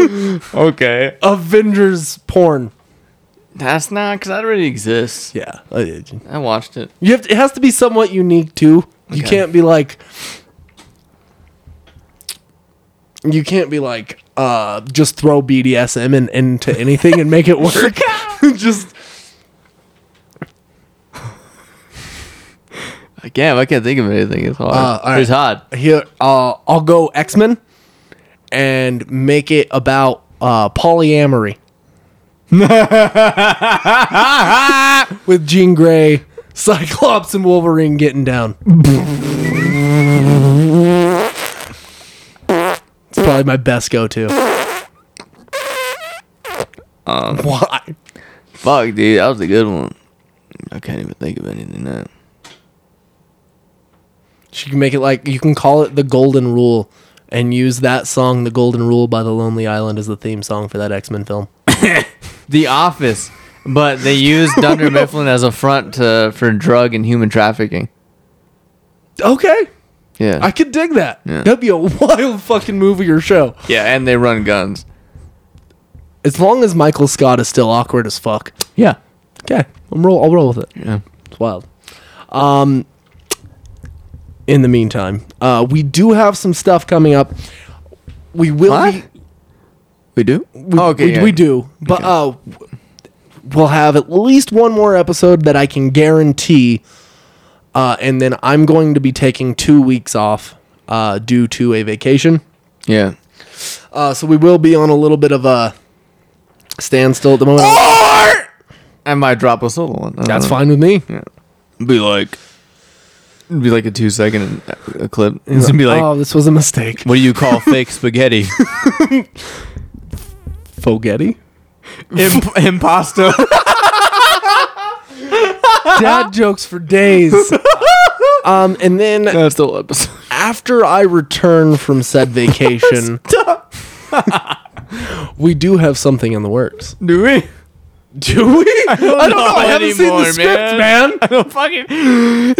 Speaker 3: is,
Speaker 2: Okay.
Speaker 3: Avengers porn.
Speaker 2: That's not because that already exists.
Speaker 3: Yeah,
Speaker 2: I watched it.
Speaker 3: you have to, it has to be somewhat unique too. You
Speaker 2: Okay.
Speaker 3: can't be like, you can't be like, uh, just throw BDSM in, into anything and make it work. just
Speaker 2: Again, I can't think of anything. It's hard.
Speaker 3: Uh, all right.
Speaker 2: It's hard.
Speaker 3: here uh, I'll go X Men and make it about uh, polyamory with Jean Grey, Cyclops, and Wolverine getting down. it's probably my best go-to. Um, Why?
Speaker 2: Fuck, dude. That was a good one. I can't even think of anything now.
Speaker 3: She can make it like you can call it the Golden Rule. And use that song, "The Golden Rule" by the Lonely Island, as the theme song for that X Men film.
Speaker 2: The Office. But they used Dunder Mifflin as a front to, for drug and human trafficking.
Speaker 3: Okay,
Speaker 2: Yeah.
Speaker 3: I could dig that.
Speaker 2: Yeah.
Speaker 3: That'd be a wild fucking movie or show.
Speaker 2: yeah, and they run guns.
Speaker 3: As long as Michael Scott is still awkward as fuck.
Speaker 2: Yeah.
Speaker 3: Okay, I'm roll. I'll roll with it.
Speaker 2: Yeah.
Speaker 3: It's wild. Um, in the meantime, uh, we do have some stuff coming up. We will.
Speaker 2: What?
Speaker 3: Be,
Speaker 2: We do? Oh,
Speaker 3: we,
Speaker 2: okay.
Speaker 3: we,
Speaker 2: yeah.
Speaker 3: we do, but uh, we'll have at least one more episode that I can guarantee. Uh, and then I'm going to be taking two weeks off uh, due to a vacation.
Speaker 2: Yeah.
Speaker 3: Uh, so we will be on a little bit of a standstill at the moment.
Speaker 2: I might drop a solo one. I don't
Speaker 3: That's
Speaker 2: know.
Speaker 3: fine with me.
Speaker 2: Be like, be like a two second uh, clip. It's gonna be like,
Speaker 3: oh, this was a mistake.
Speaker 2: what do you call fake spaghetti?
Speaker 3: Fogetti?
Speaker 2: Imp- impasto.
Speaker 3: Dad jokes for days. um, and then
Speaker 2: That's the whole episode.
Speaker 3: after I return from said vacation, we do have something in the works.
Speaker 2: Do we?
Speaker 3: Do we? I don't, know. I
Speaker 2: know
Speaker 3: haven't seen the
Speaker 2: anymore,
Speaker 3: script,
Speaker 2: man.
Speaker 3: man.
Speaker 2: I don't fucking.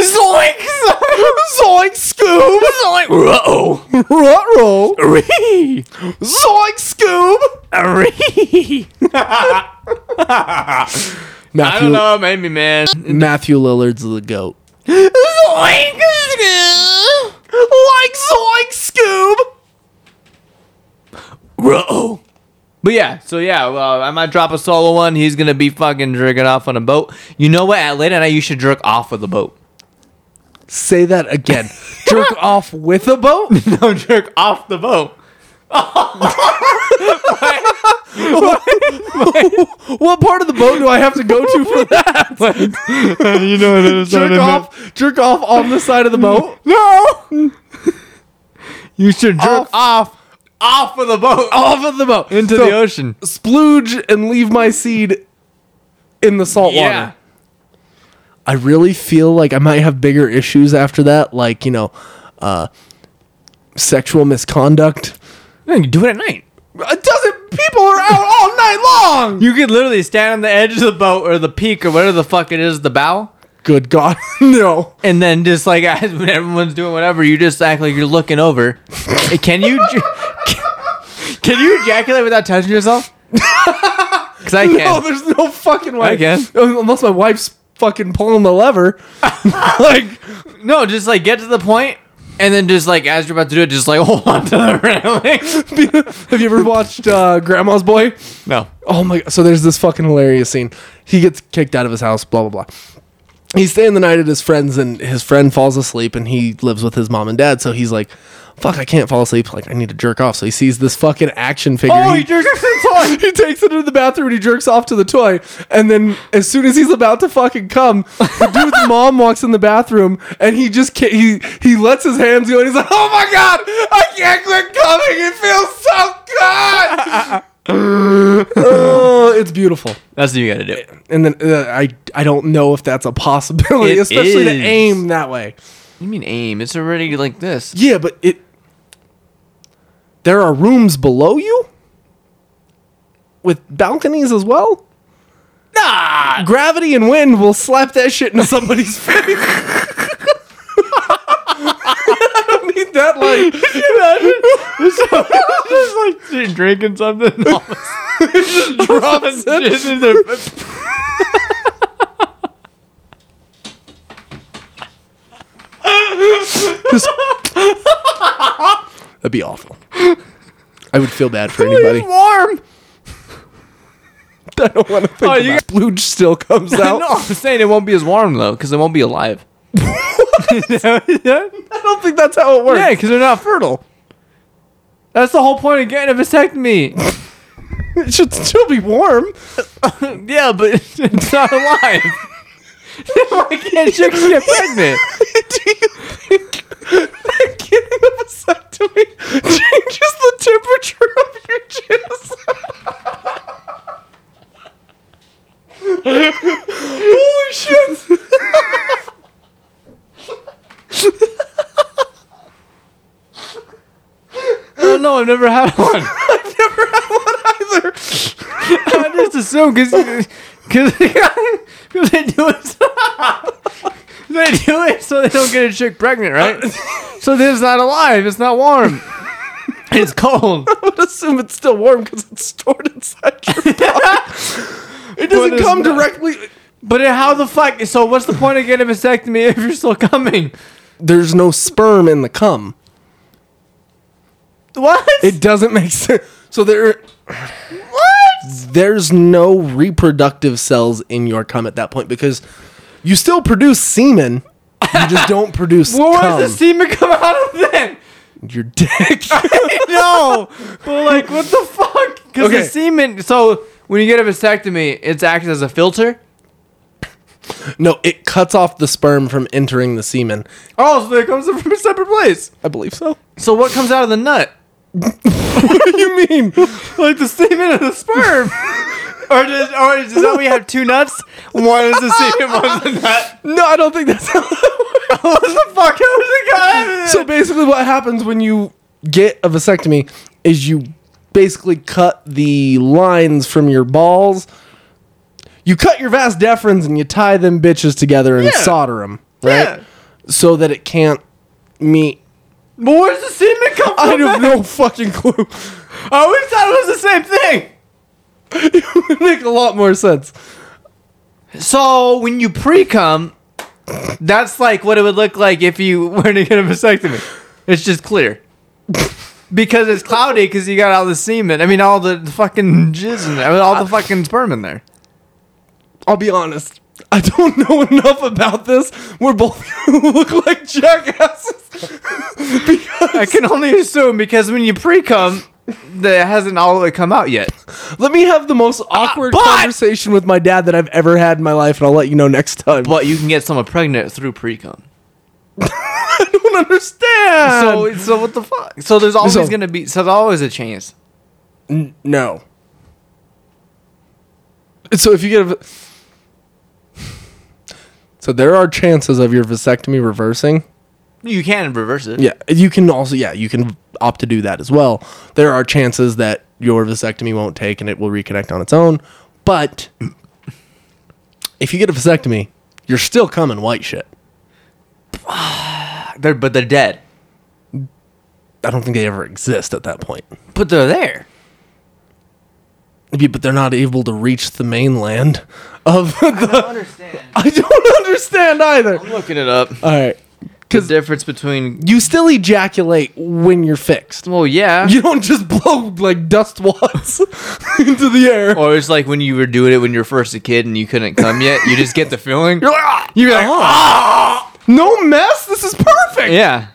Speaker 2: Zoinks! Zoinks, Scoob! Zoink! Uh-oh!
Speaker 3: Ruh-roh.
Speaker 2: Zoink, Scoob! I
Speaker 3: Matthew,
Speaker 2: don't know, maybe, man.
Speaker 3: Matthew Lillard's the goat.
Speaker 2: Zoink, Scoob! Like Zoink, Scoob!
Speaker 4: Ruh-oh.
Speaker 2: But yeah, so yeah, well, I might drop a solo one. He's gonna be fucking jerking off on a boat. You know what? At late at night, you should jerk off with a boat.
Speaker 3: Say that again. Jerk off with a boat?
Speaker 2: no, jerk off the boat.
Speaker 3: What part of the boat do I have to go to for that?
Speaker 2: you know what it is.
Speaker 3: jerk off, jerk off on the side of the boat.
Speaker 2: No. You should jerk
Speaker 3: Off.
Speaker 2: off, off of the boat, off of the boat into
Speaker 3: So-
Speaker 2: the ocean.
Speaker 3: Splooge and leave my seed in the salt
Speaker 2: Yeah.
Speaker 3: water. I really feel like I might have bigger issues after that, like you know, uh, sexual misconduct.
Speaker 2: No, you do it at night.
Speaker 3: It doesn't. People are out all night long.
Speaker 2: You could literally stand on the edge of the boat or the peak or whatever the fuck it is, the bow,
Speaker 3: Good God, no.
Speaker 2: and then just like as when everyone's doing whatever, you just act like you're looking over. Eh, can you? Ju- can, can you ejaculate without touching yourself? Because I
Speaker 3: No,
Speaker 2: can.
Speaker 3: there's no fucking way.
Speaker 2: I can.
Speaker 3: Unless my wife's fucking pulling the lever. like,
Speaker 2: No, just like get to the point, and then just like as you're about to do it, just like hold on to the railing.
Speaker 3: have you ever watched uh, Grandma's Boy?
Speaker 2: No.
Speaker 3: Oh my! So there's this fucking hilarious scene. He gets kicked out of his house. Blah blah blah. He's staying the night at his friend's, and his friend falls asleep, and he lives with his mom and dad. So he's like, "Fuck, I can't fall asleep. Like, I need to jerk off." So he sees this fucking action figure.
Speaker 2: Oh,
Speaker 3: He-
Speaker 2: he jerks off the toy.
Speaker 3: he takes it into the bathroom and he jerks off to the toy. And then, as soon as he's about to fucking come, the dude's mom walks in the bathroom and he just can't, he he lets his hands go and he's like, "Oh my god, I can't quit coming. It feels so good." oh, it's beautiful.
Speaker 2: That's what you gotta do.
Speaker 3: And then uh, I I don't know if that's a possibility,
Speaker 2: It
Speaker 3: especially to
Speaker 2: is.
Speaker 3: aim that way.
Speaker 2: You mean aim? It's already like this.
Speaker 3: Yeah, but it. There are rooms below you? With balconies as well? Nah! Gravity and wind will slap that shit into somebody's face. I don't need that, like.
Speaker 2: Just like drinking something. Dropping shit in their
Speaker 3: That'd be awful. I would feel bad for anybody.
Speaker 2: warm.
Speaker 3: I don't want to think
Speaker 2: Oh, you
Speaker 3: about it. Splooge still comes
Speaker 2: No,
Speaker 3: out.
Speaker 2: I'm saying it won't be as warm though, because it won't be alive. yeah,
Speaker 3: I don't think that's how it works.
Speaker 2: because they're not fertile. That's the whole point of getting a vasectomy.
Speaker 3: It should still be warm.
Speaker 2: yeah, but it's not alive. Why can't chicks get pregnant?
Speaker 3: Getting a vasectomy changes the temperature of your jizz. Holy shit!
Speaker 2: Oh no, I've never had one. I've never had one either. I just assume because because they do it. So, they do it so they don't get a chick pregnant, right? So this is not alive. It's not warm. It's cold.
Speaker 3: I would assume it's still warm because it's stored inside your body. It doesn't
Speaker 2: it's
Speaker 3: come
Speaker 2: not-
Speaker 3: directly.
Speaker 2: But how the fuck? So what's the point of getting a vasectomy if you're still coming?
Speaker 3: There's no sperm in the cum.
Speaker 2: What?
Speaker 3: It doesn't make sense. So there. What? There's no reproductive cells in your cum at that point because you still produce semen. You just don't produce
Speaker 2: Well,
Speaker 3: cum.
Speaker 2: where's the semen come out of then?
Speaker 3: your dick.
Speaker 2: no, but like, what the fuck? Because
Speaker 3: Okay.
Speaker 2: the semen. So when you get a vasectomy, it acts as a filter.
Speaker 3: no, it cuts off the sperm from entering the semen.
Speaker 2: Oh, so it comes from a separate place.
Speaker 3: I believe so.
Speaker 2: So what comes out of the nut?
Speaker 3: You mean
Speaker 2: Like the semen and the sperm. or does or is that we have two nuts? One is the semen, one's the nut.
Speaker 3: no? I don't think that's. How
Speaker 2: What the fuck? How does it come out of it?
Speaker 3: so basically, what happens when you get a vasectomy is you basically cut the lines from your balls. You cut your vas deferens and you tie them bitches together and
Speaker 2: Yeah.
Speaker 3: solder them, right?
Speaker 2: Yeah.
Speaker 3: So that it can't meet.
Speaker 2: But where's the semen come from?
Speaker 3: I have no fucking clue.
Speaker 2: I always thought it was the same thing.
Speaker 3: it would make a lot more sense.
Speaker 2: So when you pre cum, that's like what it would look like if you were to get a vasectomy. It's just clear. Because it's cloudy, because you got all the semen. I mean, all the fucking jizz in there. I mean, all the fucking sperm in there.
Speaker 3: I'll be honest. I don't know enough about this. We're both look like jackasses because
Speaker 2: I can only assume because when you pre cum, that it hasn't all the way come out yet.
Speaker 3: Let me have the most awkward
Speaker 2: but-
Speaker 3: conversation with my dad that I've ever had in my life, and I'll let you know next time.
Speaker 2: But you can get someone pregnant through pre cum.
Speaker 3: I don't understand.
Speaker 2: So, so what the fuck? So there's always
Speaker 3: Um, So-
Speaker 2: gonna be. So there's always a chance.
Speaker 3: no. So if you get a, so there are chances of your vasectomy reversing.
Speaker 2: You can reverse it.
Speaker 3: Yeah, you can also yeah you can opt to do that as well. There are chances that your vasectomy won't take and it will reconnect on its own. But if you get a vasectomy, you're still coming white shit.
Speaker 2: They're, but they're dead.
Speaker 3: I don't think they ever exist at that point.
Speaker 2: But they're there.
Speaker 3: Yeah, but they're not able to reach the mainland of the.
Speaker 2: understand.
Speaker 3: I don't understand either.
Speaker 2: I'm looking it up.
Speaker 3: All right,
Speaker 2: The
Speaker 3: because
Speaker 2: difference between
Speaker 3: you still ejaculate when you're fixed.
Speaker 2: well, yeah,
Speaker 3: You don't just blow like dust wads into the air.
Speaker 2: or it's like when you were doing it when you were first a kid and you couldn't come yet. You just get the feeling.
Speaker 3: You're like, "Ah!"
Speaker 2: You're like,
Speaker 3: no mess. This is perfect.
Speaker 2: Uh-huh. yeah.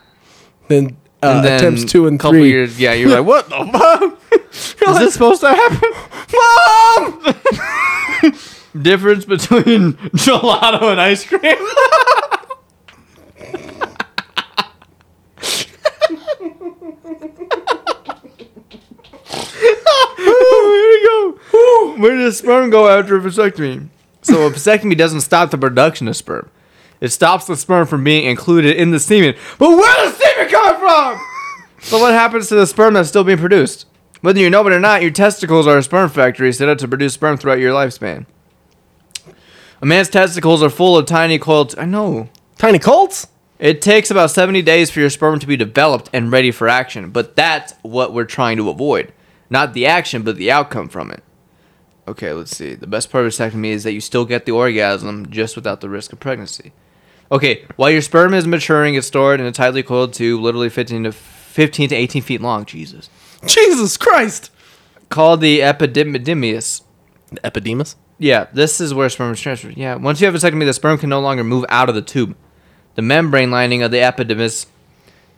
Speaker 3: Then, uh,
Speaker 2: And then
Speaker 3: attempts two and
Speaker 2: couple
Speaker 3: three.
Speaker 2: Years, yeah, you're like, what the fuck? Is this supposed to happen, mom? Difference between gelato and ice cream. Oh, here we go. Where does sperm go after a vasectomy? So a vasectomy doesn't stop the production of sperm. It stops the sperm from being included in the semen. But where does semen come from? so what happens to the sperm that's still being produced? Whether you know it or not, your testicles are a sperm factory set up to produce sperm throughout your lifespan. A man's testicles are full of tiny coiled. I know.
Speaker 3: Tiny cults?
Speaker 2: It takes about 70 days for your sperm to be developed and ready for action, but that's what we're trying to avoid. Not the action, but the outcome from it. Okay, let's see. The best part of vasectomy is that you still get the orgasm just without the risk of pregnancy. Okay, while your sperm is maturing, it's stored in a tightly coiled tube, literally 15 to 15 to 18 feet long. Jesus.
Speaker 3: Jesus Christ.
Speaker 2: Called the epididymis.
Speaker 3: Epidemus?
Speaker 2: Yeah, this is where sperm is transferred. Yeah, once you have vasectomy, the sperm can no longer move out of the tube. The membrane lining of the epididymis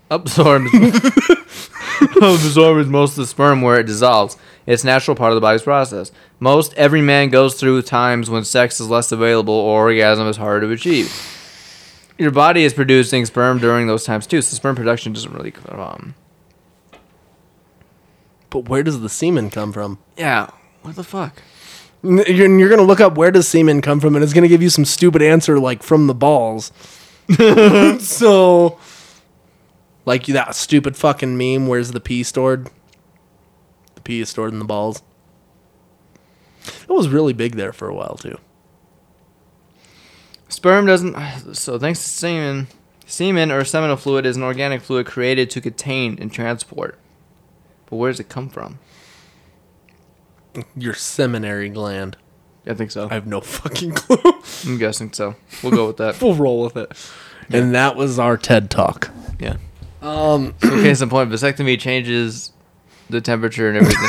Speaker 2: absorbs absorbs most of the sperm where it dissolves. It's a natural part of the body's process. Most every man goes through times when sex is less available or orgasm is harder to achieve. Your body is producing sperm during those times too, so sperm production doesn't really come. Um,
Speaker 3: But where does the semen come from?
Speaker 2: yeah, what the fuck?
Speaker 3: N- You're, you're going to look up where does semen come from, and it's going to give you some stupid answer like from the balls. so, like you- that stupid fucking meme, where's the pee stored? The pee is stored in the balls. It was really big there for a while, too.
Speaker 2: Sperm doesn't. So thanks to semen, semen or seminal fluid is an organic fluid created to contain and transport. But where does it come from?
Speaker 3: Your seminary gland.
Speaker 2: I think so.
Speaker 3: I have no fucking clue.
Speaker 2: I'm guessing so. We'll go with that.
Speaker 3: we'll roll with it. And that was our TED talk.
Speaker 2: yeah. Um. So case in point, vasectomy changes the temperature and everything.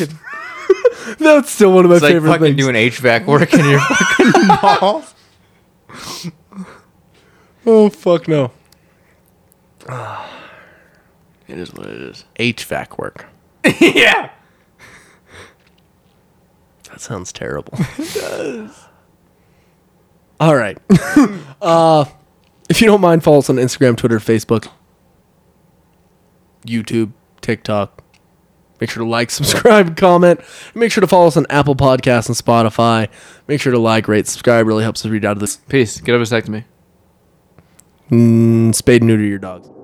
Speaker 2: it's
Speaker 3: That's still one of my
Speaker 2: like
Speaker 3: favorite
Speaker 2: fucking
Speaker 3: things.
Speaker 2: doing HVAC work in your fucking balls.
Speaker 3: oh fuck no.
Speaker 2: It is what it is.
Speaker 3: HVAC work.
Speaker 2: yeah.
Speaker 3: That sounds terrible. it does. All right. uh, if you don't mind, follow us on Instagram, Twitter, Facebook, YouTube, TikTok. Make sure to like, subscribe, comment. And make sure to follow us on Apple Podcasts and Spotify. Make sure to like, rate, subscribe. Really helps us read out of this.
Speaker 2: Peace. Get a vasectomy.
Speaker 3: And spade and neuter your dogs.